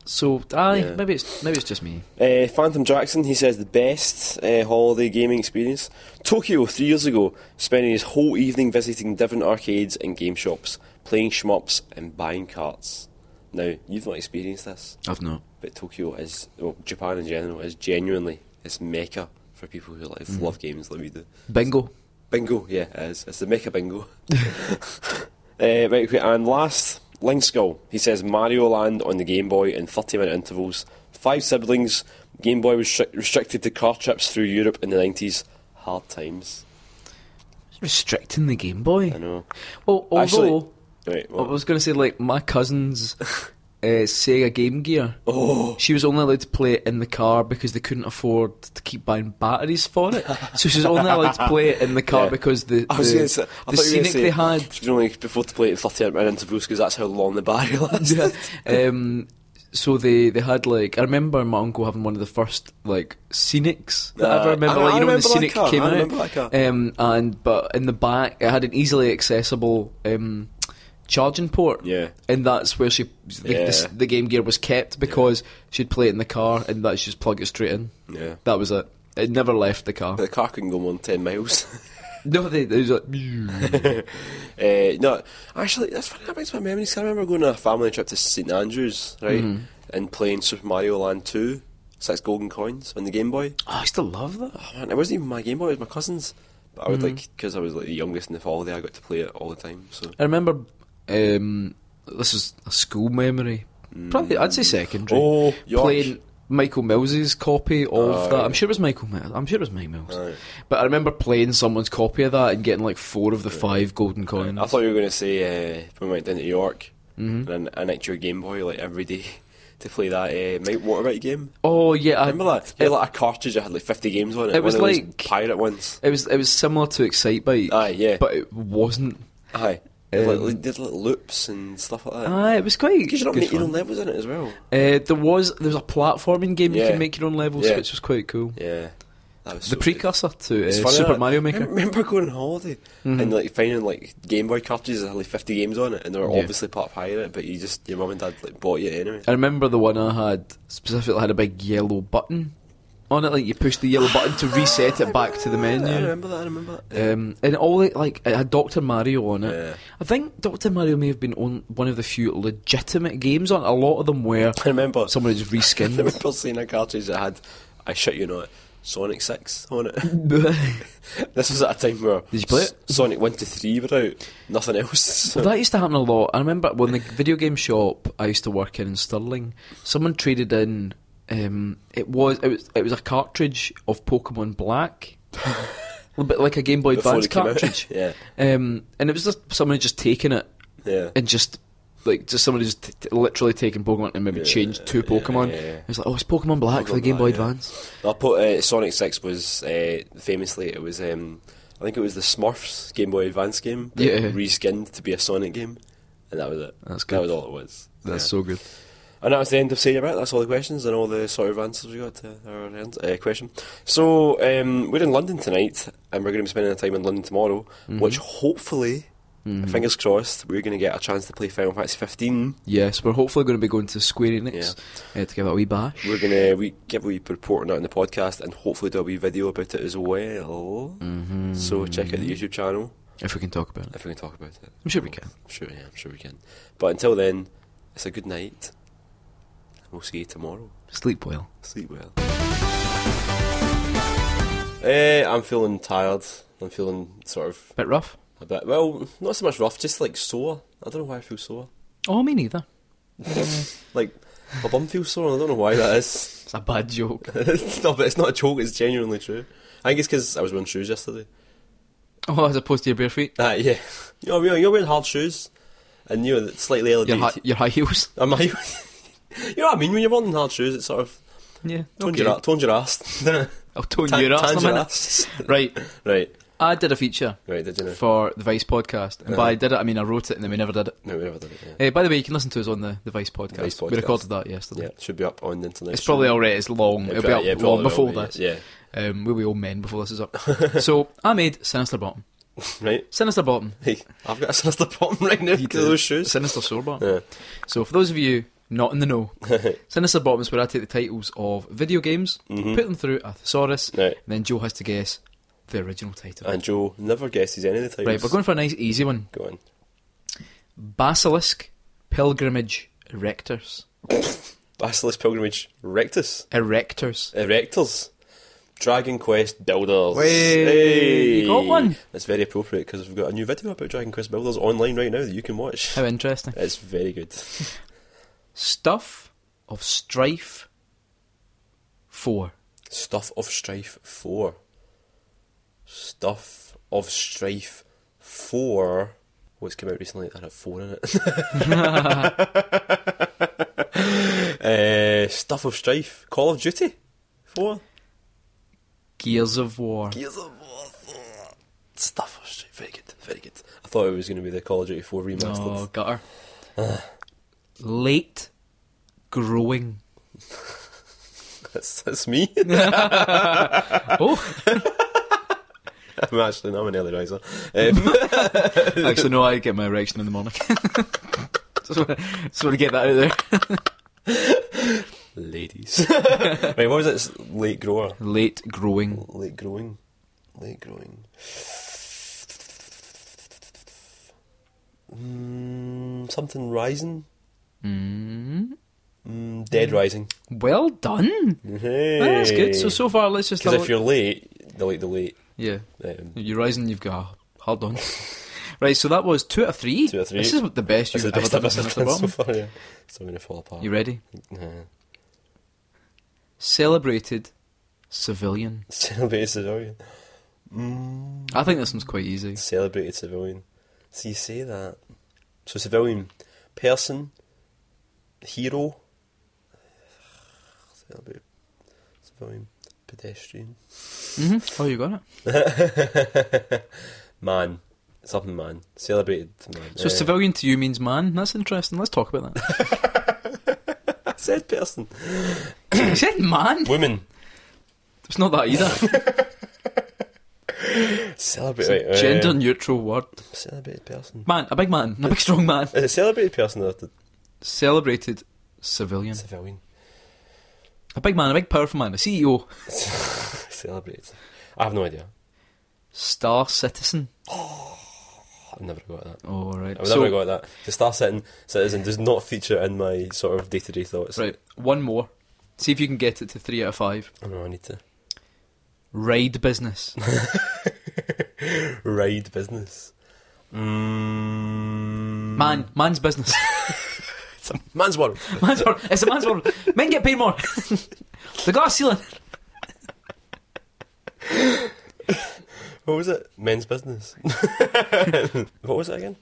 Speaker 1: So, aye,
Speaker 3: Yeah.
Speaker 1: maybe it's maybe it's just me.
Speaker 3: Uh, Phantom Jackson, he says the best uh, holiday gaming experience. Tokyo, three years ago, spending his whole evening visiting different arcades and game shops, playing shmups and buying carts. Now, you've not experienced this,
Speaker 1: I've not.
Speaker 3: but Tokyo is, well, Japan in general, is genuinely its mecca for people who like, love games like we do.
Speaker 1: Bingo.
Speaker 3: Bingo, yeah, it is. It's the Mecha Bingo. [LAUGHS] uh, right, okay, and last, Ling Skull. Oh, He says Mario Land on the Game Boy in 30 minute intervals. Five siblings. Game Boy was restric- restricted to car trips through Europe in the 90s. Hard times.
Speaker 1: Restricting the Game Boy.
Speaker 3: I know.
Speaker 1: Well, although.
Speaker 3: Actually- Right,
Speaker 1: I
Speaker 3: well,
Speaker 1: was going to say, like, my
Speaker 3: [LAUGHS]
Speaker 1: cousin's uh, Sega Game Gear.
Speaker 3: Oh.
Speaker 1: She was only allowed to play it in the car because they couldn't afford to keep buying batteries for it. so she was only allowed to play it in the car
Speaker 3: [LAUGHS] Yeah.
Speaker 1: because the,
Speaker 3: I was
Speaker 1: the,
Speaker 3: going to say. I
Speaker 1: the
Speaker 3: thought you were
Speaker 1: scenic
Speaker 3: gonna say,
Speaker 1: they had.
Speaker 3: You can only before to play it in 30 minute intervals because that's how long the barrier [LAUGHS] lasts.
Speaker 1: Yeah. [LAUGHS] um, so they, they had like I remember my uncle having one of the first like scenics that I
Speaker 3: Uh,
Speaker 1: ever remember.
Speaker 3: I-
Speaker 1: like
Speaker 3: I
Speaker 1: you know when
Speaker 3: remember
Speaker 1: the scenic
Speaker 3: that car,
Speaker 1: came
Speaker 3: I
Speaker 1: out.
Speaker 3: remember that car.
Speaker 1: Um, and but in the back it had an easily accessible um, charging port.
Speaker 3: Yeah.
Speaker 1: And that's where she the,
Speaker 3: Yeah.
Speaker 1: the, the Game Gear was kept because she'd play it in the car and that she'd just plug it straight in.
Speaker 3: Yeah.
Speaker 1: That was it. It never left the
Speaker 3: [LAUGHS]
Speaker 1: car.
Speaker 3: The car couldn't go more than 10 miles. [LAUGHS]
Speaker 1: no, they, they was
Speaker 3: Oh,
Speaker 1: like,
Speaker 3: Uh, no, actually, that's funny. That brings my memories. 'cause I remember going on a family trip to St Andrews, right,
Speaker 1: Mm-hmm.
Speaker 3: and playing Super Mario Land Two. So that's golden coins on the Game Boy.
Speaker 1: oh, I still love that.
Speaker 3: Oh man, it wasn't even my Game Boy; it was my cousin's. But I would
Speaker 1: Mm-hmm.
Speaker 3: like because I was like the youngest in the family. I got to play it all the time. So
Speaker 1: I remember um, this is a school memory. Probably, I'd say secondary.
Speaker 3: Oh, York.
Speaker 1: playing Michael Mills's copy of
Speaker 3: Aye.
Speaker 1: that. I'm sure it was Michael. Mills. I'm sure it was Mike Mills.
Speaker 3: Aye.
Speaker 1: But I remember playing someone's copy of that and getting like four of the five golden coins.
Speaker 3: I thought you were going to say uh, when we went down to York
Speaker 1: Mm-hmm.
Speaker 3: and I nicked your Game Boy like every day [LAUGHS] to play that uh, Mike Waterwright game.
Speaker 1: oh yeah, I
Speaker 3: Remember that?
Speaker 1: It,
Speaker 3: You had like a cartridge that had like fifty games on it.
Speaker 1: It was
Speaker 3: one of those
Speaker 1: like-
Speaker 3: pirate ones.
Speaker 1: it was it was similar to Excite Bike.
Speaker 3: Aye, yeah.
Speaker 1: But it wasn't.
Speaker 3: Aye. It had,
Speaker 1: Um,
Speaker 3: like, did like loops and stuff like that.
Speaker 1: Aye, Ah, it was quite.
Speaker 3: Because you're not
Speaker 1: good
Speaker 3: making your
Speaker 1: fun.
Speaker 3: own levels in it as well.
Speaker 1: Uh, there was there was a platforming game you
Speaker 3: Yeah.
Speaker 1: could make your own levels,
Speaker 3: Yeah.
Speaker 1: which was quite cool.
Speaker 3: Yeah. That was
Speaker 1: The precursor to uh,
Speaker 3: It's funny,
Speaker 1: Super
Speaker 3: isn't it?
Speaker 1: Mario
Speaker 3: I
Speaker 1: Maker. Mm-hmm.
Speaker 3: remember going on holiday and like finding like Game Boy cartridges that had like 50 games on it and they were
Speaker 1: Yeah.
Speaker 3: obviously part pirate, but you just your mum and dad like bought you it anyway.
Speaker 1: I remember the one I had specifically had a big yellow button on it. Like you push the yellow button to reset it back to the
Speaker 3: I
Speaker 1: menu.
Speaker 3: remember that. I remember that.
Speaker 1: Um, and all it, like it had Doctor Mario on it.
Speaker 3: Yeah.
Speaker 1: I think Doctor Mario may have been on one of the few legitimate games on. it. A lot of them were
Speaker 3: [LAUGHS] I remember.
Speaker 1: someone had just
Speaker 3: I [LAUGHS]
Speaker 1: reskinned. [LAUGHS]
Speaker 3: remember seeing a cartridge that had, I shit you not, Sonic Six on it.
Speaker 1: [LAUGHS] well,
Speaker 2: [LAUGHS]
Speaker 3: this was at a time where
Speaker 1: Did you play
Speaker 3: S- Sonic One to Three were out, nothing
Speaker 2: [LAUGHS]
Speaker 3: else. So-
Speaker 1: that used to happen a lot. I remember when the video game shop I used to work in in Stirling, someone traded in. Um, it was it was it was a cartridge of Pokemon
Speaker 2: [LAUGHS]
Speaker 1: Black, a little bit like a Game Boy
Speaker 3: Before
Speaker 1: Advance
Speaker 3: [LAUGHS] it came out.
Speaker 1: cartridge.
Speaker 3: Yeah.
Speaker 1: um, and it was just someone had just taken it
Speaker 3: yeah.
Speaker 1: and just like just somebody just t- t- literally taking Pokemon and maybe
Speaker 2: Yeah,
Speaker 1: changed two Pokemon.
Speaker 2: yeah, yeah.
Speaker 1: It's like, oh, it's Pokemon Black for the
Speaker 2: Pokemon
Speaker 1: Game Boy
Speaker 2: Black, yeah.
Speaker 1: Advance.
Speaker 2: I put uh, Sonic Six was uh, famously it was um, I think it was the Smurfs Game Boy Advance game that
Speaker 1: Yeah.
Speaker 2: reskinned to be a Sonic game, and that was it.
Speaker 1: That's
Speaker 2: That
Speaker 1: good.
Speaker 2: was all it was.
Speaker 1: That's
Speaker 2: Yeah.
Speaker 1: so good.
Speaker 2: And that was the end of Senior Bit. That's all the questions and all the sort of answers we got to our end, uh, question. So, um, we're in London tonight, and we're going to be spending our time in London tomorrow,
Speaker 1: Mm-hmm.
Speaker 2: which hopefully, fingers crossed, we're going to get a chance to play Final Fantasy 15.
Speaker 1: Yes, we're hopefully going to be going to Square Enix uh, to give it a wee bash.
Speaker 2: We're going to we give we reporting out on the podcast, and hopefully, there'll be video about it as well.
Speaker 1: Mm-hmm.
Speaker 2: So, check out the YouTube channel
Speaker 1: if we can talk about it.
Speaker 2: if we can talk about it.
Speaker 1: I'm sure we can.
Speaker 2: I'm sure, yeah, I'm sure we can. But until then, it's a good night. We'll see you tomorrow.
Speaker 1: Sleep well.
Speaker 2: Sleep well. Eh, I'm feeling tired. I'm feeling sort of
Speaker 1: Bit rough.
Speaker 2: a bit well, not so much rough, just like sore. I don't know why I feel sore.
Speaker 1: Oh, me neither.
Speaker 2: Like my bum feels sore. and I don't know why that is.
Speaker 1: It's a bad
Speaker 2: [LAUGHS]
Speaker 1: joke.
Speaker 2: it's not, it's not a joke. It's genuinely true. I think it's because I was wearing shoes yesterday.
Speaker 1: Oh, as opposed to your bare feet,
Speaker 2: Ah, yeah. You know, you're wearing hard shoes, and you know, it's slightly
Speaker 1: your
Speaker 2: elevated.
Speaker 1: high, your high heels.
Speaker 2: Am I? [LAUGHS] you know what I mean? When you're wearing hard shoes, it sort of
Speaker 1: Yeah.
Speaker 2: tones your a- tones your ass. doesn't it?
Speaker 1: I'll [LAUGHS] tone
Speaker 2: Tan- [LAUGHS]
Speaker 1: your ass. in a
Speaker 2: tans your
Speaker 1: minute.
Speaker 2: ass.
Speaker 1: Right.
Speaker 2: Right,
Speaker 1: I did a feature
Speaker 2: right. Uh-huh. Did you know?
Speaker 1: for the Vice podcast, and by I did it, I mean I wrote it, and then we never did it.
Speaker 2: No, we never did it. Yeah.
Speaker 1: Uh, by the way, you can listen to us on the, the Vice podcast.
Speaker 2: Vice
Speaker 1: We
Speaker 2: podcast.
Speaker 1: recorded that yesterday.
Speaker 2: Yeah, it should be up on the internet.
Speaker 1: It's probably already it's long. It'll be up
Speaker 2: yeah,
Speaker 1: long
Speaker 2: probably
Speaker 1: before
Speaker 2: will be,
Speaker 1: this.
Speaker 2: Yeah,
Speaker 1: Um, we'll be old men before this is
Speaker 2: [LAUGHS]
Speaker 1: up. so I made Sinister Bottom.
Speaker 2: Yeah. right. [LAUGHS]
Speaker 1: Sinister Bottom.
Speaker 2: Hey, I've got [LAUGHS] a sinister problem right now because of those shoes.
Speaker 1: Sinister Sore Bottom.
Speaker 2: Yeah.
Speaker 1: So for those of you not in the
Speaker 2: [LAUGHS]
Speaker 1: know, Sinister Bottom is where I take the titles of video games, put them through a thesaurus,
Speaker 2: Mm-hmm. Right.
Speaker 1: and then Joe has to guess the original title.
Speaker 2: And Joe never guesses any of the times.
Speaker 1: right, we're going for a nice easy one.
Speaker 2: Go on.
Speaker 1: Basilisk Pilgrimage Erectors.
Speaker 2: Basilisk Pilgrimage Rectus.
Speaker 1: Erectors.
Speaker 2: Erectors. Dragon Quest Builders.
Speaker 1: Way, you got one.
Speaker 2: It's very appropriate because we've got a new video about Dragon Quest Builders online right now that you can watch.
Speaker 1: How interesting.
Speaker 2: It's very good.
Speaker 1: Stuff of Strife 4.
Speaker 2: Stuff of Strife 4. Stuff of Strife 4. What's come out recently that had a 4 in [LAUGHS] it? uh, Stuff of Strife. Call of Duty 4.
Speaker 1: Gears of War.
Speaker 2: Gears of War 4. Stuff of Strife. Very good. Very good. I thought it was going to be the Call of Ah. Duty 4
Speaker 1: Oh,
Speaker 2: remastered.
Speaker 1: gutter. Late growing.
Speaker 2: That's, [LAUGHS] that's
Speaker 1: [LAUGHS]
Speaker 2: me.
Speaker 1: Oh,
Speaker 2: I'm actually, no, I'm an early riser.
Speaker 1: [LAUGHS]
Speaker 2: Um,
Speaker 1: actually, no, I get my erection in the morning. [LAUGHS] just, want to, just want to get that out there.
Speaker 2: ladies. [LAUGHS] right, what was it? It's Late Grower.
Speaker 1: Late growing.
Speaker 2: Late growing. Late growing. Mm, something rising.
Speaker 1: Mm.
Speaker 2: Mm, dead rising.
Speaker 1: Well done.
Speaker 2: Hey.
Speaker 1: That's good. So, so far, let's just.
Speaker 2: because
Speaker 1: have a
Speaker 2: if
Speaker 1: look-
Speaker 2: you're late, they're like the late.
Speaker 1: Yeah. [LAUGHS]
Speaker 2: Um,
Speaker 1: You're rising, you've got a hard on. [LAUGHS] right, so that was two out of three.
Speaker 2: Two out of three.
Speaker 1: This is the best
Speaker 2: it's
Speaker 1: you've
Speaker 2: the
Speaker 1: ever done,
Speaker 2: best I've ever
Speaker 1: Mr.
Speaker 2: done so
Speaker 1: Bottom.
Speaker 2: far. Yeah. So I'm gonna fall
Speaker 1: [LAUGHS]
Speaker 2: apart.
Speaker 1: You ready?
Speaker 2: Nah. [LAUGHS]
Speaker 1: Celebrated civilian.
Speaker 2: Celebrated civilian. Mm,
Speaker 1: I think this one's quite easy.
Speaker 2: celebrated civilian. So you say that. So civilian, person, hero. Celebrated civilian, pedestrian. [LAUGHS]
Speaker 1: hmm Oh, you got it.
Speaker 2: man. Something man. Celebrated man.
Speaker 1: So,
Speaker 2: Eh,
Speaker 1: civilian to you means man. That's interesting. Let's talk about
Speaker 2: [LAUGHS]
Speaker 1: that.
Speaker 2: I [LAUGHS] said person.
Speaker 1: you said man.
Speaker 2: Women.
Speaker 1: It's not that
Speaker 2: [LAUGHS]
Speaker 1: either. It's
Speaker 2: Celebrate. uh,
Speaker 1: a gender neutral word.
Speaker 2: Celebrated person.
Speaker 1: Man, a big man, a big strong man.
Speaker 2: Is it celebrated person or the
Speaker 1: Celebrated civilian.
Speaker 2: civilian?
Speaker 1: A big man, a big powerful man, a E CEO.
Speaker 2: celebrated. I have no idea.
Speaker 1: Star citizen.
Speaker 2: I've never got that.
Speaker 1: Oh, right.
Speaker 2: I've
Speaker 1: so,
Speaker 2: never got that. The star setting citizen does not feature in my sort of day to day thoughts.
Speaker 1: right, one more. See if you can get it to three out of five.
Speaker 2: I know I need to.
Speaker 1: Ride business.
Speaker 2: Ride business. Mm.
Speaker 1: Man, man's business. [LAUGHS]
Speaker 2: It's a man's world.
Speaker 1: Man's world. It's a man's world. Men get paid more. [LAUGHS] the glass ceiling.
Speaker 2: [LAUGHS] What was it? Men's business. what was it again?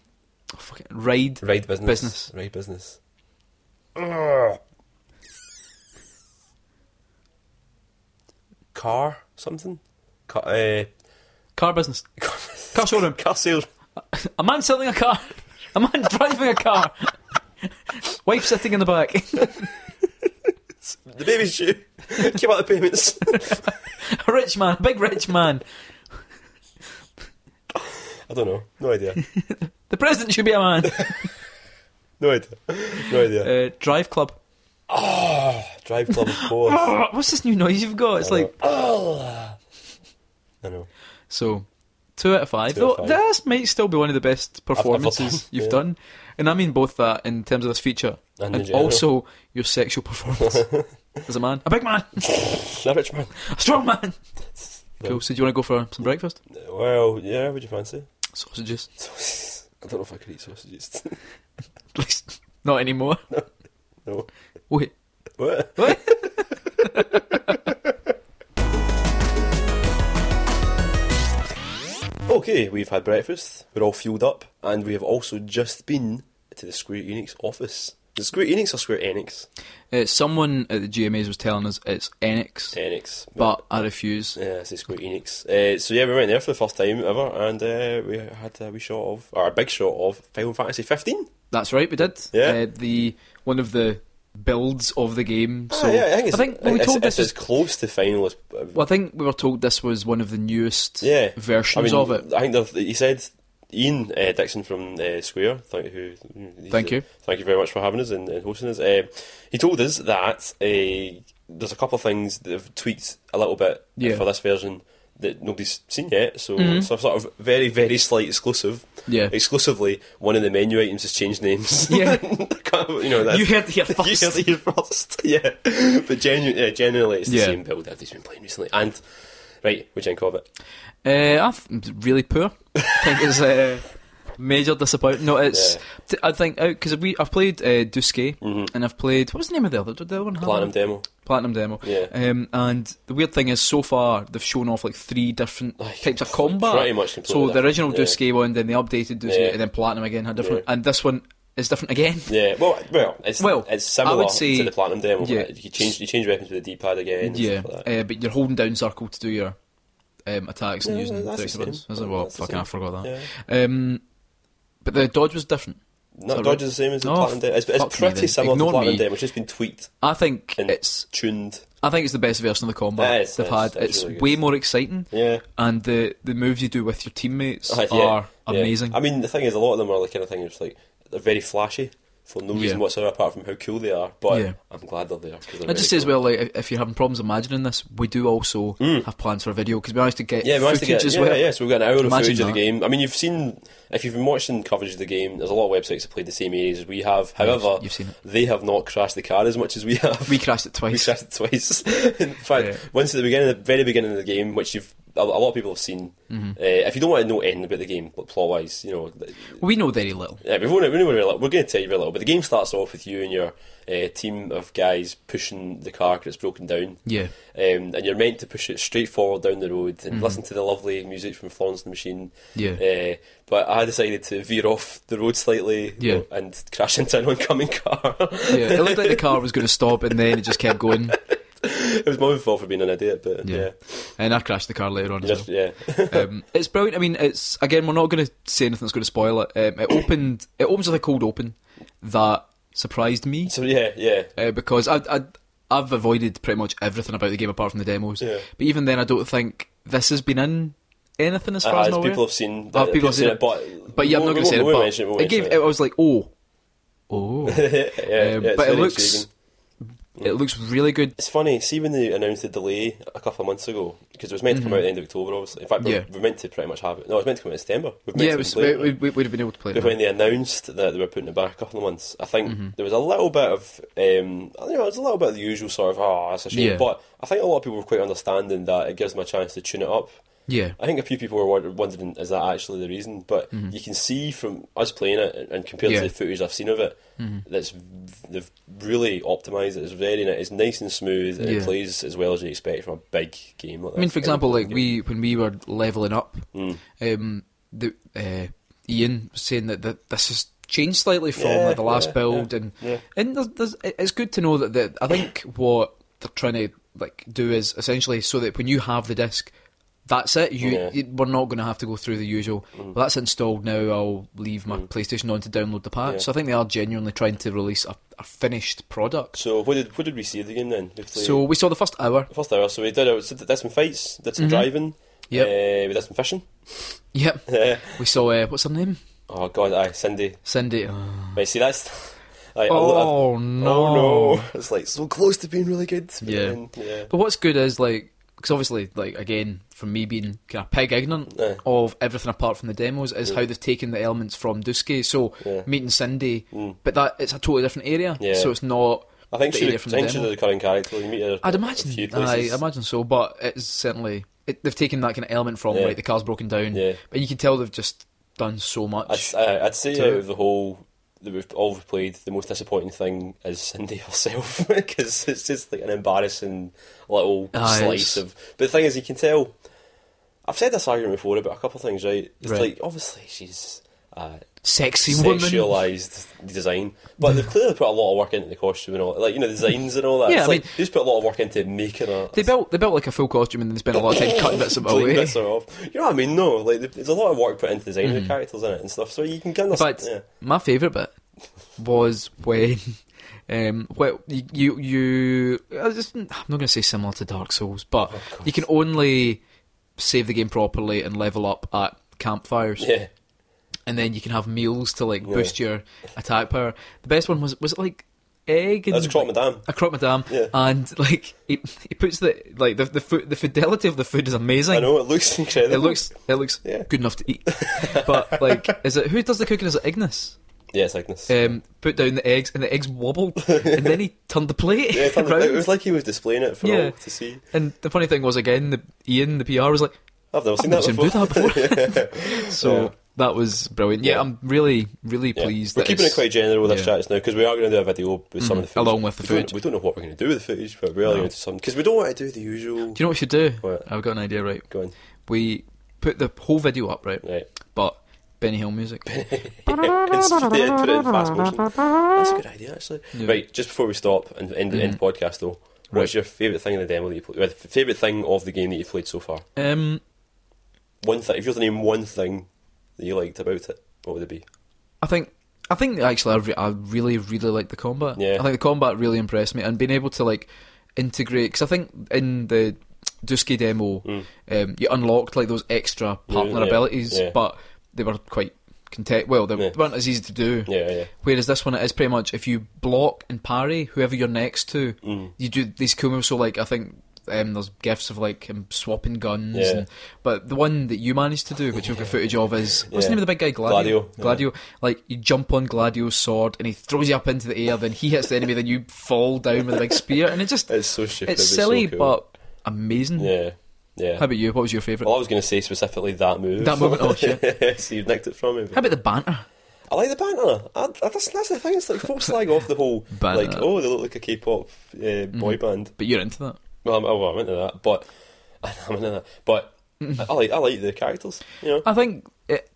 Speaker 1: Oh, fuck it. Ride.
Speaker 2: Ride business.
Speaker 1: Business.
Speaker 2: Ride business. Car something. Car. Uh,
Speaker 1: Car business. Car showroom.
Speaker 2: [LAUGHS] Car sales.
Speaker 1: A man selling a car. A man [LAUGHS] driving a car. Wife sitting in the back. [LAUGHS]
Speaker 2: The baby's [LAUGHS] due. Keep out the payments. [LAUGHS]
Speaker 1: a rich man. A big rich man.
Speaker 2: I don't know. No idea.
Speaker 1: The president should be a man.
Speaker 2: No idea. No idea.
Speaker 1: Uh, drive club. [LAUGHS]
Speaker 2: Oh, drive club, of course.
Speaker 1: Oh, what's this new noise you've got? It's like
Speaker 2: oh. [SIGHS] I know.
Speaker 1: so. Two out of five.
Speaker 2: Two out of
Speaker 1: Though
Speaker 2: five.
Speaker 1: that might still be one of the best performances
Speaker 2: [LAUGHS] done,
Speaker 1: you've
Speaker 2: yeah.
Speaker 1: done, and I mean both that in terms of this feature
Speaker 2: And in
Speaker 1: and,
Speaker 2: general.
Speaker 1: also your sexual
Speaker 2: [LAUGHS]
Speaker 1: performance as a man, a big man,
Speaker 2: The rich man.
Speaker 1: a strong
Speaker 2: [LAUGHS]
Speaker 1: man. Cool. So do you want to go for some breakfast?
Speaker 2: Well, yeah. Would you fancy?
Speaker 1: Sausages. [LAUGHS]
Speaker 2: Sausages. I don't know if I could eat sausages. [LAUGHS]
Speaker 1: At least not anymore.
Speaker 2: no.
Speaker 1: Wait.
Speaker 2: What?
Speaker 1: What?
Speaker 2: Okay, we've had breakfast. We're all fueled up, and we have also just been to the Square Enix office. The Square Enix or Square Enix?
Speaker 1: Uh, someone at the GMAs was telling us it's NX,
Speaker 2: Enix.
Speaker 1: but I refuse.
Speaker 2: Yeah, it's Square Enix. Uh, so yeah, we went there for the first time ever, and uh, we had a wee shot of, or a big shot of Final Fantasy 15.
Speaker 1: That's right, we did.
Speaker 2: Yeah.
Speaker 1: Uh, the one of the builds of the game. So
Speaker 2: Ah, yeah, I think, it's,
Speaker 1: when we
Speaker 2: it's-
Speaker 1: told
Speaker 2: it's
Speaker 1: this,
Speaker 2: as close to final as. uh,
Speaker 1: well, I think we were told this was one of the newest
Speaker 2: yeah,
Speaker 1: versions
Speaker 2: I
Speaker 1: of
Speaker 2: mean,
Speaker 1: it.
Speaker 2: I think they've- he said Ian uh, Dixon from uh, Square. Thank who. he's-
Speaker 1: Thank you.
Speaker 2: Thank you very much for having us and, and hosting us. Uh, he told us that uh, there's a couple of things that have tweaked a little bit
Speaker 1: Yeah. Mm-hmm.
Speaker 2: for this version that nobody's seen yet. So it's a sort of very very slight exclusive.
Speaker 1: Yeah.
Speaker 2: Exclusively, one of the menu items has changed
Speaker 1: [LAUGHS]
Speaker 2: names.
Speaker 1: Yeah.
Speaker 2: [LAUGHS] you know that's,
Speaker 1: You heard it here
Speaker 2: [LAUGHS] you
Speaker 1: first.
Speaker 2: heard it here first. [LAUGHS] yeah, but genu- yeah, generally it's the
Speaker 1: Yeah.
Speaker 2: same build that he's been playing recently. And right, what do you think of it?
Speaker 1: Uh, I th- really poor. I think it's
Speaker 2: [LAUGHS]
Speaker 1: uh, major disappointment. No, it's.
Speaker 2: Yeah. Mm-hmm.
Speaker 1: t- I think because we I've played uh, Duske and I've played what was the name of the other the other one?
Speaker 2: Platinum demo.
Speaker 1: Platinum demo.
Speaker 2: Yeah.
Speaker 1: Um, and the weird thing is, so far they've shown off like three different
Speaker 2: Like,
Speaker 1: types of combat.
Speaker 2: pretty much completely
Speaker 1: So the original
Speaker 2: different,
Speaker 1: Duske one, then the updated Duske,
Speaker 2: Yeah.
Speaker 1: and then Platinum again had different,
Speaker 2: Yeah.
Speaker 1: and this one is different again.
Speaker 2: Yeah, well, well, it's
Speaker 1: Well,
Speaker 2: it's
Speaker 1: I
Speaker 2: similar
Speaker 1: would say-
Speaker 2: to the platinum demo.
Speaker 1: yeah.
Speaker 2: you change you change weapons with the D pad again. and
Speaker 1: Yeah,
Speaker 2: stuff like that.
Speaker 1: uh, but you're holding down circle to do your um, attacks and
Speaker 2: Yeah,
Speaker 1: using
Speaker 2: that's
Speaker 1: the
Speaker 2: the
Speaker 1: extra buttons.
Speaker 2: same. Mm,
Speaker 1: Is it? Well,
Speaker 2: That's the
Speaker 1: fucking,
Speaker 2: same.
Speaker 1: I forgot that. Um, but the dodge was different.
Speaker 2: Not
Speaker 1: Sorry.
Speaker 2: dodge is the same as the
Speaker 1: Oh,
Speaker 2: platinum demo. It's,
Speaker 1: fuck me
Speaker 2: it's pretty
Speaker 1: then.
Speaker 2: similar to
Speaker 1: Ignore
Speaker 2: the platinum
Speaker 1: me.
Speaker 2: demo. It's just been tweaked
Speaker 1: I think
Speaker 2: and
Speaker 1: it's
Speaker 2: tuned.
Speaker 1: I think it's the best version of the combat
Speaker 2: Yeah, it's-
Speaker 1: they've
Speaker 2: it's-
Speaker 1: had.
Speaker 2: it's
Speaker 1: It's
Speaker 2: really good.
Speaker 1: way more exciting,
Speaker 2: Yeah.
Speaker 1: and the the moves you do with your teammates
Speaker 2: Uh, yeah,
Speaker 1: are
Speaker 2: yeah.
Speaker 1: amazing.
Speaker 2: I mean, the thing is, a lot of them are the kind of thing that's like they're very flashy for no reason
Speaker 1: Yeah.
Speaker 2: whatsoever apart from how cool they are. But
Speaker 1: Yeah.
Speaker 2: I'm glad they're there. 'cause they're
Speaker 1: It just
Speaker 2: very
Speaker 1: says, well, like, if- if you're having problems imagining this, we do also have plans for a video because we managed to get
Speaker 2: Mm. Yeah, we managed to
Speaker 1: footage
Speaker 2: get
Speaker 1: as
Speaker 2: yeah,
Speaker 1: well.
Speaker 2: yeah. So we've got an hour of
Speaker 1: Imagine
Speaker 2: footage of
Speaker 1: that.
Speaker 2: the game. I mean, you've seen if you've been watching coverage of the game. There's a lot of websites that play the same areas as we have. However,
Speaker 1: you've seen it.
Speaker 2: they have not crashed the car as much as we have.
Speaker 1: We crashed it
Speaker 2: [LAUGHS] We
Speaker 1: twice.
Speaker 2: crashed it twice. In fact,
Speaker 1: Yeah.
Speaker 2: once at the beginning, the very beginning of the game, which you've a, a lot of people have seen.
Speaker 1: Mm-hmm.
Speaker 2: Uh, if you don't want to know anything about the game, plot wise, you know, th-
Speaker 1: We know very little.
Speaker 2: yeah, we've only, we only, we're going to tell you very little. But the game starts off with you and your uh, team of guys pushing the car because it's broken down. [LAUGHS]
Speaker 1: Yeah.
Speaker 2: Um, and you're meant to push it straight forward down the road and listen to the lovely music from Florence and the Machine.
Speaker 1: Mm-hmm. Yeah.
Speaker 2: Uh, but I decided to veer off the road slightly
Speaker 1: Yeah.
Speaker 2: and crash [LAUGHS] into an oncoming car.
Speaker 1: Yeah, it looked like the car was going to stop, and then it just kept going.
Speaker 2: [LAUGHS] it was my own fault for being an idiot, but
Speaker 1: Yeah,
Speaker 2: yeah.
Speaker 1: Uh, and I crashed the car later on. as well.
Speaker 2: Just, yeah. [LAUGHS]
Speaker 1: um, it's brilliant. I mean, it's again, we're not going to say anything that's going to spoil it. Um, it opened. It opens with a cold open that surprised me
Speaker 2: so yeah, yeah.
Speaker 1: uh, because I, I I've avoided pretty much everything about the game apart from the demos.
Speaker 2: Yeah.
Speaker 1: But even then, I don't think this has been in anything as far
Speaker 2: Uh,
Speaker 1: as
Speaker 2: as
Speaker 1: I'm aware.
Speaker 2: people have seen,
Speaker 1: Oh,
Speaker 2: uh,
Speaker 1: people have seen it,
Speaker 2: but
Speaker 1: but yeah, I'm
Speaker 2: we
Speaker 1: not going to
Speaker 2: won't-
Speaker 1: say it.
Speaker 2: we won't
Speaker 1: But
Speaker 2: mention it, we won't
Speaker 1: it gave.
Speaker 2: mention
Speaker 1: I was like, oh, oh.
Speaker 2: it. [LAUGHS] yeah,
Speaker 1: Um,
Speaker 2: yeah, it's
Speaker 1: but it
Speaker 2: very
Speaker 1: looks.
Speaker 2: intriguing.
Speaker 1: It looks really good.
Speaker 2: It's funny, see when they announced the delay a couple of months ago, because it was meant to come out at the end of October, obviously. In fact, we
Speaker 1: Mm-hmm. Yeah.
Speaker 2: we were meant to pretty much have it. No, it was meant to come out in September. We were meant
Speaker 1: Yeah,
Speaker 2: to
Speaker 1: it was,
Speaker 2: play
Speaker 1: we,
Speaker 2: it.
Speaker 1: we, we would have been able to play
Speaker 2: But
Speaker 1: it.
Speaker 2: when they announced that they were putting it back a couple of months, I think
Speaker 1: Mm-hmm.
Speaker 2: there was a little bit of, um, you know, it's a little bit of the usual sort of, ah, that's a shame.
Speaker 1: Yeah.
Speaker 2: But I think a lot of people were quite understanding that it gives them a chance to tune it up.
Speaker 1: Yeah,
Speaker 2: I think a few people were wonder- wondering, is that actually the reason? But you can see from us playing it and- and compared
Speaker 1: Mm-hmm. Yeah. Mm-hmm.
Speaker 2: to the footage I've seen of it, that's v- they've really optimised it. It's very ni- it's nice and smooth, and
Speaker 1: Yeah.
Speaker 2: it plays as well as you expect from a big game. Like mm.
Speaker 1: I mean,
Speaker 2: this.
Speaker 1: for example, like we when we were leveling up, um, the uh, Ian saying that the, this has changed slightly from like, the last build, and and there's, there's, it- it's good to know that the, I
Speaker 2: [COUGHS]
Speaker 1: think what they're trying to like do is essentially so that when you have the disc. That's it. You,
Speaker 2: Yeah. Mm.
Speaker 1: you- we're not going to have to go through the usual. Well, that's installed now. I'll leave my PlayStation on to download the patch.
Speaker 2: Yeah.
Speaker 1: So I think they are genuinely trying to release a, a finished product.
Speaker 2: So what did what did we see of the game then? We played
Speaker 1: So we saw the first hour.
Speaker 2: the first hour. So we did, uh, so did some fights, did some driving.
Speaker 1: Mm-hmm. Yep.
Speaker 2: Uh, we did some fishing.
Speaker 1: Yep.
Speaker 2: [LAUGHS] Eh,
Speaker 1: We saw uh, what's her name?
Speaker 2: oh God, aye, Cindy.
Speaker 1: Cindy.
Speaker 2: Right, see that's. [LAUGHS] Aye, I [LAUGHS] lo-
Speaker 1: Oh
Speaker 2: I-
Speaker 1: no.
Speaker 2: oh no! It's like so close to being really good. but
Speaker 1: Yeah.
Speaker 2: then, yeah.
Speaker 1: But what's good is like because obviously like again from me being kind of pig ignorant
Speaker 2: Yeah. Mm.
Speaker 1: of everything apart from the demos is how they've taken the elements from Duske. So
Speaker 2: Yeah. Mm.
Speaker 1: meeting Cindy, but that it's a totally different area.
Speaker 2: Yeah.
Speaker 1: So it's not.
Speaker 2: I think
Speaker 1: the
Speaker 2: she.
Speaker 1: area
Speaker 2: I
Speaker 1: from the
Speaker 2: think she's a
Speaker 1: demo.
Speaker 2: recurring character. You meet her.
Speaker 1: I'd
Speaker 2: A few
Speaker 1: imagine. I
Speaker 2: places.
Speaker 1: imagine so, but it's certainly it, they've taken that kind of element from
Speaker 2: Yeah.
Speaker 1: like the car's broken down.
Speaker 2: Yeah.
Speaker 1: But you can tell they've just done so much.
Speaker 2: I'd, I- I'd say
Speaker 1: to
Speaker 2: out
Speaker 1: it.
Speaker 2: of the whole that we've all we've played, the most disappointing thing is Cindy [LAUGHS] herself because it's just like an embarrassing little
Speaker 1: Aye,
Speaker 2: slice
Speaker 1: it's-
Speaker 2: of. But the thing is, you can tell. I've said this argument before about a couple of things, right? It's
Speaker 1: Right.
Speaker 2: like obviously she's uh, a
Speaker 1: Sexy woman.
Speaker 2: sexualized design, but they've clearly put a lot of work into the costume and all, like you know, designs and all that.
Speaker 1: Yeah,
Speaker 2: it's
Speaker 1: I
Speaker 2: like
Speaker 1: mean-
Speaker 2: they just put a lot of work into making a.
Speaker 1: They built they built like a full costume and they spent a lot of time cutting
Speaker 2: [LAUGHS]
Speaker 1: bits of it
Speaker 2: Clean
Speaker 1: away.
Speaker 2: bits off. You know what I mean? No, like there's a lot of work put into designing
Speaker 1: Mm.
Speaker 2: the characters in it and stuff, so you can kind
Speaker 1: In
Speaker 2: of.
Speaker 1: fact,
Speaker 2: yeah.
Speaker 1: my favourite bit was when. Um, well, you you, you I was just, I'm not going to say similar to Dark Souls, but you can only save the game properly and level up at campfires,
Speaker 2: yeah.
Speaker 1: and then you can have meals to like boost your attack power. The best one was was it like egg and
Speaker 2: That's a crop madame.
Speaker 1: a croque madame,
Speaker 2: Yeah.
Speaker 1: and like he, he puts the like the the food the fidelity of the food is amazing.
Speaker 2: I know it looks incredible.
Speaker 1: It looks it looks
Speaker 2: Yeah.
Speaker 1: good enough to eat, [LAUGHS] but like, is it who does the cooking? Is it Ignis?
Speaker 2: Yeah, it's Agnes.
Speaker 1: um, put down the eggs, and the eggs wobbled, and then
Speaker 2: [LAUGHS]
Speaker 1: he turned the plate
Speaker 2: yeah, it,
Speaker 1: round.
Speaker 2: it was like he was displaying it for
Speaker 1: Yeah.
Speaker 2: all to see.
Speaker 1: and the funny thing was, again, the Ian, the PR, was like,
Speaker 2: I've never
Speaker 1: "I've
Speaker 2: seen
Speaker 1: never seen
Speaker 2: that
Speaker 1: him do
Speaker 2: before.
Speaker 1: that before." [LAUGHS]
Speaker 2: [LAUGHS]
Speaker 1: so
Speaker 2: Yeah.
Speaker 1: that was brilliant. Yeah,
Speaker 2: Yeah.
Speaker 1: I'm really, really
Speaker 2: Yeah.
Speaker 1: pleased.
Speaker 2: We're
Speaker 1: that
Speaker 2: keeping it
Speaker 1: it's-
Speaker 2: quite general with our
Speaker 1: yeah. Mm.
Speaker 2: chats now because we are going to do a video with some of the footage.
Speaker 1: Along with the
Speaker 2: we don't-
Speaker 1: footage.
Speaker 2: we don't know what we're going to do with the footage, but we are
Speaker 1: No.
Speaker 2: going to do something because we don't want to do the usual.
Speaker 1: Do you know what we should do?
Speaker 2: What?
Speaker 1: I've got an idea. Right,
Speaker 2: Go on.
Speaker 1: we put the whole video up, right?
Speaker 2: Right.
Speaker 1: But Benny Hill music.
Speaker 2: [LAUGHS] It's- yeah, put it in fast motion. That's a good idea, actually.
Speaker 1: Yeah. Mm-hmm.
Speaker 2: Right, just before we stop and end, end the podcast, though, what's your favourite thing in the demo that you played? Favourite thing of the game that you've played so far?
Speaker 1: um,
Speaker 2: One thing. If you were to name one thing that you liked about it, what would it be?
Speaker 1: I think I think actually I, re- I really really like the combat.
Speaker 2: Yeah.
Speaker 1: I think the combat really impressed me and being able to like integrate because I think in the Duske demo um, you unlocked like those extra partner
Speaker 2: Mm. yeah,
Speaker 1: abilities,
Speaker 2: yeah.
Speaker 1: but they were quite content. Well, they
Speaker 2: Yeah.
Speaker 1: weren't as easy to do.
Speaker 2: Yeah, yeah.
Speaker 1: Whereas this one it is pretty much if you block and parry whoever you're next to,
Speaker 2: Mm.
Speaker 1: you do these cool moves. So like I think. Um, there's gifts of like him swapping guns,
Speaker 2: Yeah.
Speaker 1: and, but the one that you managed to do, which we've got footage of, is what's the
Speaker 2: Yeah.
Speaker 1: name of the big guy? Gladio.
Speaker 2: Gladio, yeah.
Speaker 1: Gladio. Like you jump on Gladio's sword and he throws you up into the air. Then he hits the enemy. then you fall down with a big spear. And it just
Speaker 2: [LAUGHS] It's so stupid.
Speaker 1: it's
Speaker 2: so
Speaker 1: silly
Speaker 2: cool.
Speaker 1: but amazing.
Speaker 2: Yeah, yeah.
Speaker 1: How about you? What was your favourite?
Speaker 2: well, I was going to say specifically that move.
Speaker 1: That moment, oh, shit.
Speaker 2: [LAUGHS] so you nicked it from him.
Speaker 1: How about the banter?
Speaker 2: I like the banter. I, I, that's, that's the thing. It's like full slag off the whole
Speaker 1: Banter. Mm-hmm.
Speaker 2: like oh they look like a K-pop uh, boy band.
Speaker 1: But you're into that.
Speaker 2: Well, I'm, oh, well, I'm into that, but [LAUGHS] I'm into that. But I, I like I like the characters. You know,
Speaker 1: I think. It,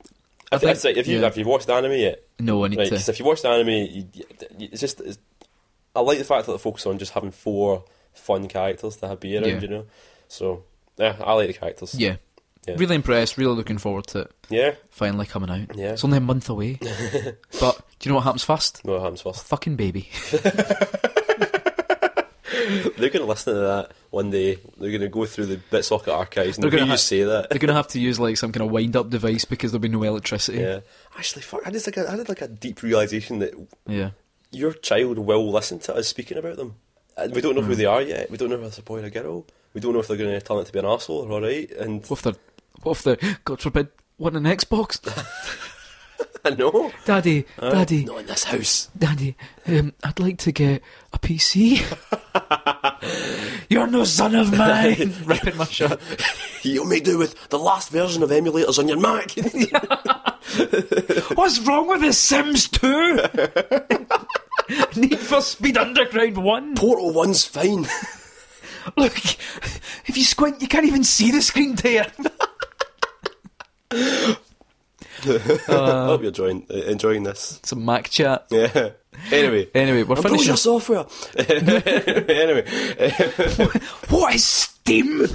Speaker 1: I
Speaker 2: I think, that's
Speaker 1: think-
Speaker 2: like, if you
Speaker 1: yeah.
Speaker 2: have you watched anime yet,
Speaker 1: no, I need
Speaker 2: right?
Speaker 1: to.
Speaker 2: Because if you watched anime, you, you- it's just it's, I like the fact that they focus on just having four fun characters to have be around.
Speaker 1: Yeah.
Speaker 2: You know, so yeah, I like the characters.
Speaker 1: Yeah.
Speaker 2: Yeah.
Speaker 1: Really impressed. Really looking forward to it
Speaker 2: yeah.
Speaker 1: finally coming out.
Speaker 2: Yeah.
Speaker 1: It's only a month
Speaker 2: [LAUGHS]
Speaker 1: away. but do you know what happens first?
Speaker 2: No, what happens first?
Speaker 1: Fucking
Speaker 2: [LAUGHS]
Speaker 1: baby.
Speaker 2: They're going to listen to that one day. They're going to go through the Bitsocket archives and
Speaker 1: They're
Speaker 2: they're going
Speaker 1: gonna
Speaker 2: to
Speaker 1: ha-
Speaker 2: say that.
Speaker 1: They're going to have to use like some kind of wind up device because there'll be no electricity.
Speaker 2: Yeah. Actually, fuck. I just like I had like a deep realization that
Speaker 1: yeah.
Speaker 2: your child will listen to us speaking about them. And we don't know who they are yet. We don't know if it's a boy or a girl. We don't know if they're going to turn it to be an asshole or alright. And [LAUGHS]
Speaker 1: What if they're, what if they're, God forbid, what an Xbox?
Speaker 2: [LAUGHS] I know.
Speaker 1: Daddy, Daddy,
Speaker 2: Not in this house.
Speaker 1: Daddy, um, I'd like to get a
Speaker 2: [LAUGHS]
Speaker 1: PC. You're no son of
Speaker 2: [LAUGHS]
Speaker 1: mine! Ripping my shirt.
Speaker 2: You may do with the last version of emulators on your Mac. [LAUGHS]
Speaker 1: What's wrong with The Sims 2? [LAUGHS] Need for Speed Underground 1?
Speaker 2: Portal 1's fine.
Speaker 1: Look, if you squint, you can't even see the screen tear.
Speaker 2: Hope you're enjoying, uh, enjoying this. [LAUGHS]
Speaker 1: Some Mac chat.
Speaker 2: Yeah. Anyway.
Speaker 1: Anyway, we're
Speaker 2: I'm building
Speaker 1: finishing-
Speaker 2: your software. [LAUGHS] anyway.
Speaker 1: What is Steam?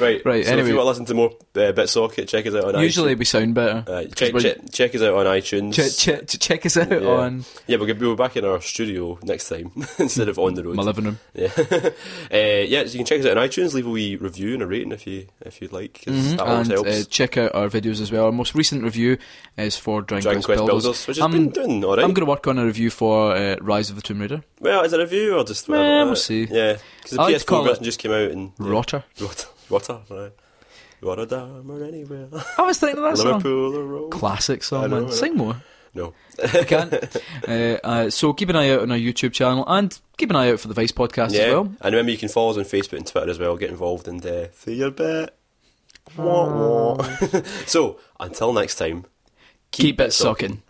Speaker 2: Right.
Speaker 1: Right,
Speaker 2: So if
Speaker 1: anyway.
Speaker 2: you want to listen to more uh, BitSocket, check us out on
Speaker 1: Usually
Speaker 2: iTunes.
Speaker 1: we sound better.
Speaker 2: Uh,
Speaker 1: 'cause
Speaker 2: check,
Speaker 1: we're-
Speaker 2: check, check us out on iTunes.
Speaker 1: check, check, check us out
Speaker 2: yeah.
Speaker 1: on
Speaker 2: Yeah, we're gonna be we're back in our studio next time [LAUGHS] instead of on the road.
Speaker 1: my living room.
Speaker 2: Yeah, [LAUGHS] uh, yeah. So you can check us out on iTunes. Leave a wee review and a rating if you if you'd like. 'cause that always
Speaker 1: and uh,
Speaker 2: helps.
Speaker 1: check out our videos as well. Our most recent review is for Dragon,
Speaker 2: Dragon Quest Builders, which has
Speaker 1: I'm,
Speaker 2: been doing all right.
Speaker 1: I'm going to work on a review for uh, Rise of the Tomb Raider.
Speaker 2: well, is it a review or just?
Speaker 1: Well,
Speaker 2: I don't know.
Speaker 1: we'll see.
Speaker 2: Yeah, because the
Speaker 1: I like to
Speaker 2: PS4
Speaker 1: call it
Speaker 2: version just came out and yeah. [LAUGHS]
Speaker 1: Rotter.
Speaker 2: Rotter, Rotter, right? Rotterdam or anywhere,
Speaker 1: I was thinking of that song.
Speaker 2: Liverpool or Rome.
Speaker 1: Classic
Speaker 2: I
Speaker 1: song,
Speaker 2: know,
Speaker 1: man.
Speaker 2: right?
Speaker 1: Sing more.
Speaker 2: no,
Speaker 1: I can't. uh, uh, so keep an eye out on our YouTube channel and keep an eye out for the Vice podcast
Speaker 2: yeah.
Speaker 1: as well.
Speaker 2: And remember, you can follow us on Facebook and Twitter as well. Get involved and uh, see your bet.
Speaker 1: Um.
Speaker 2: [LAUGHS] Wah, wah. so until next time,
Speaker 1: Keep, it sucking.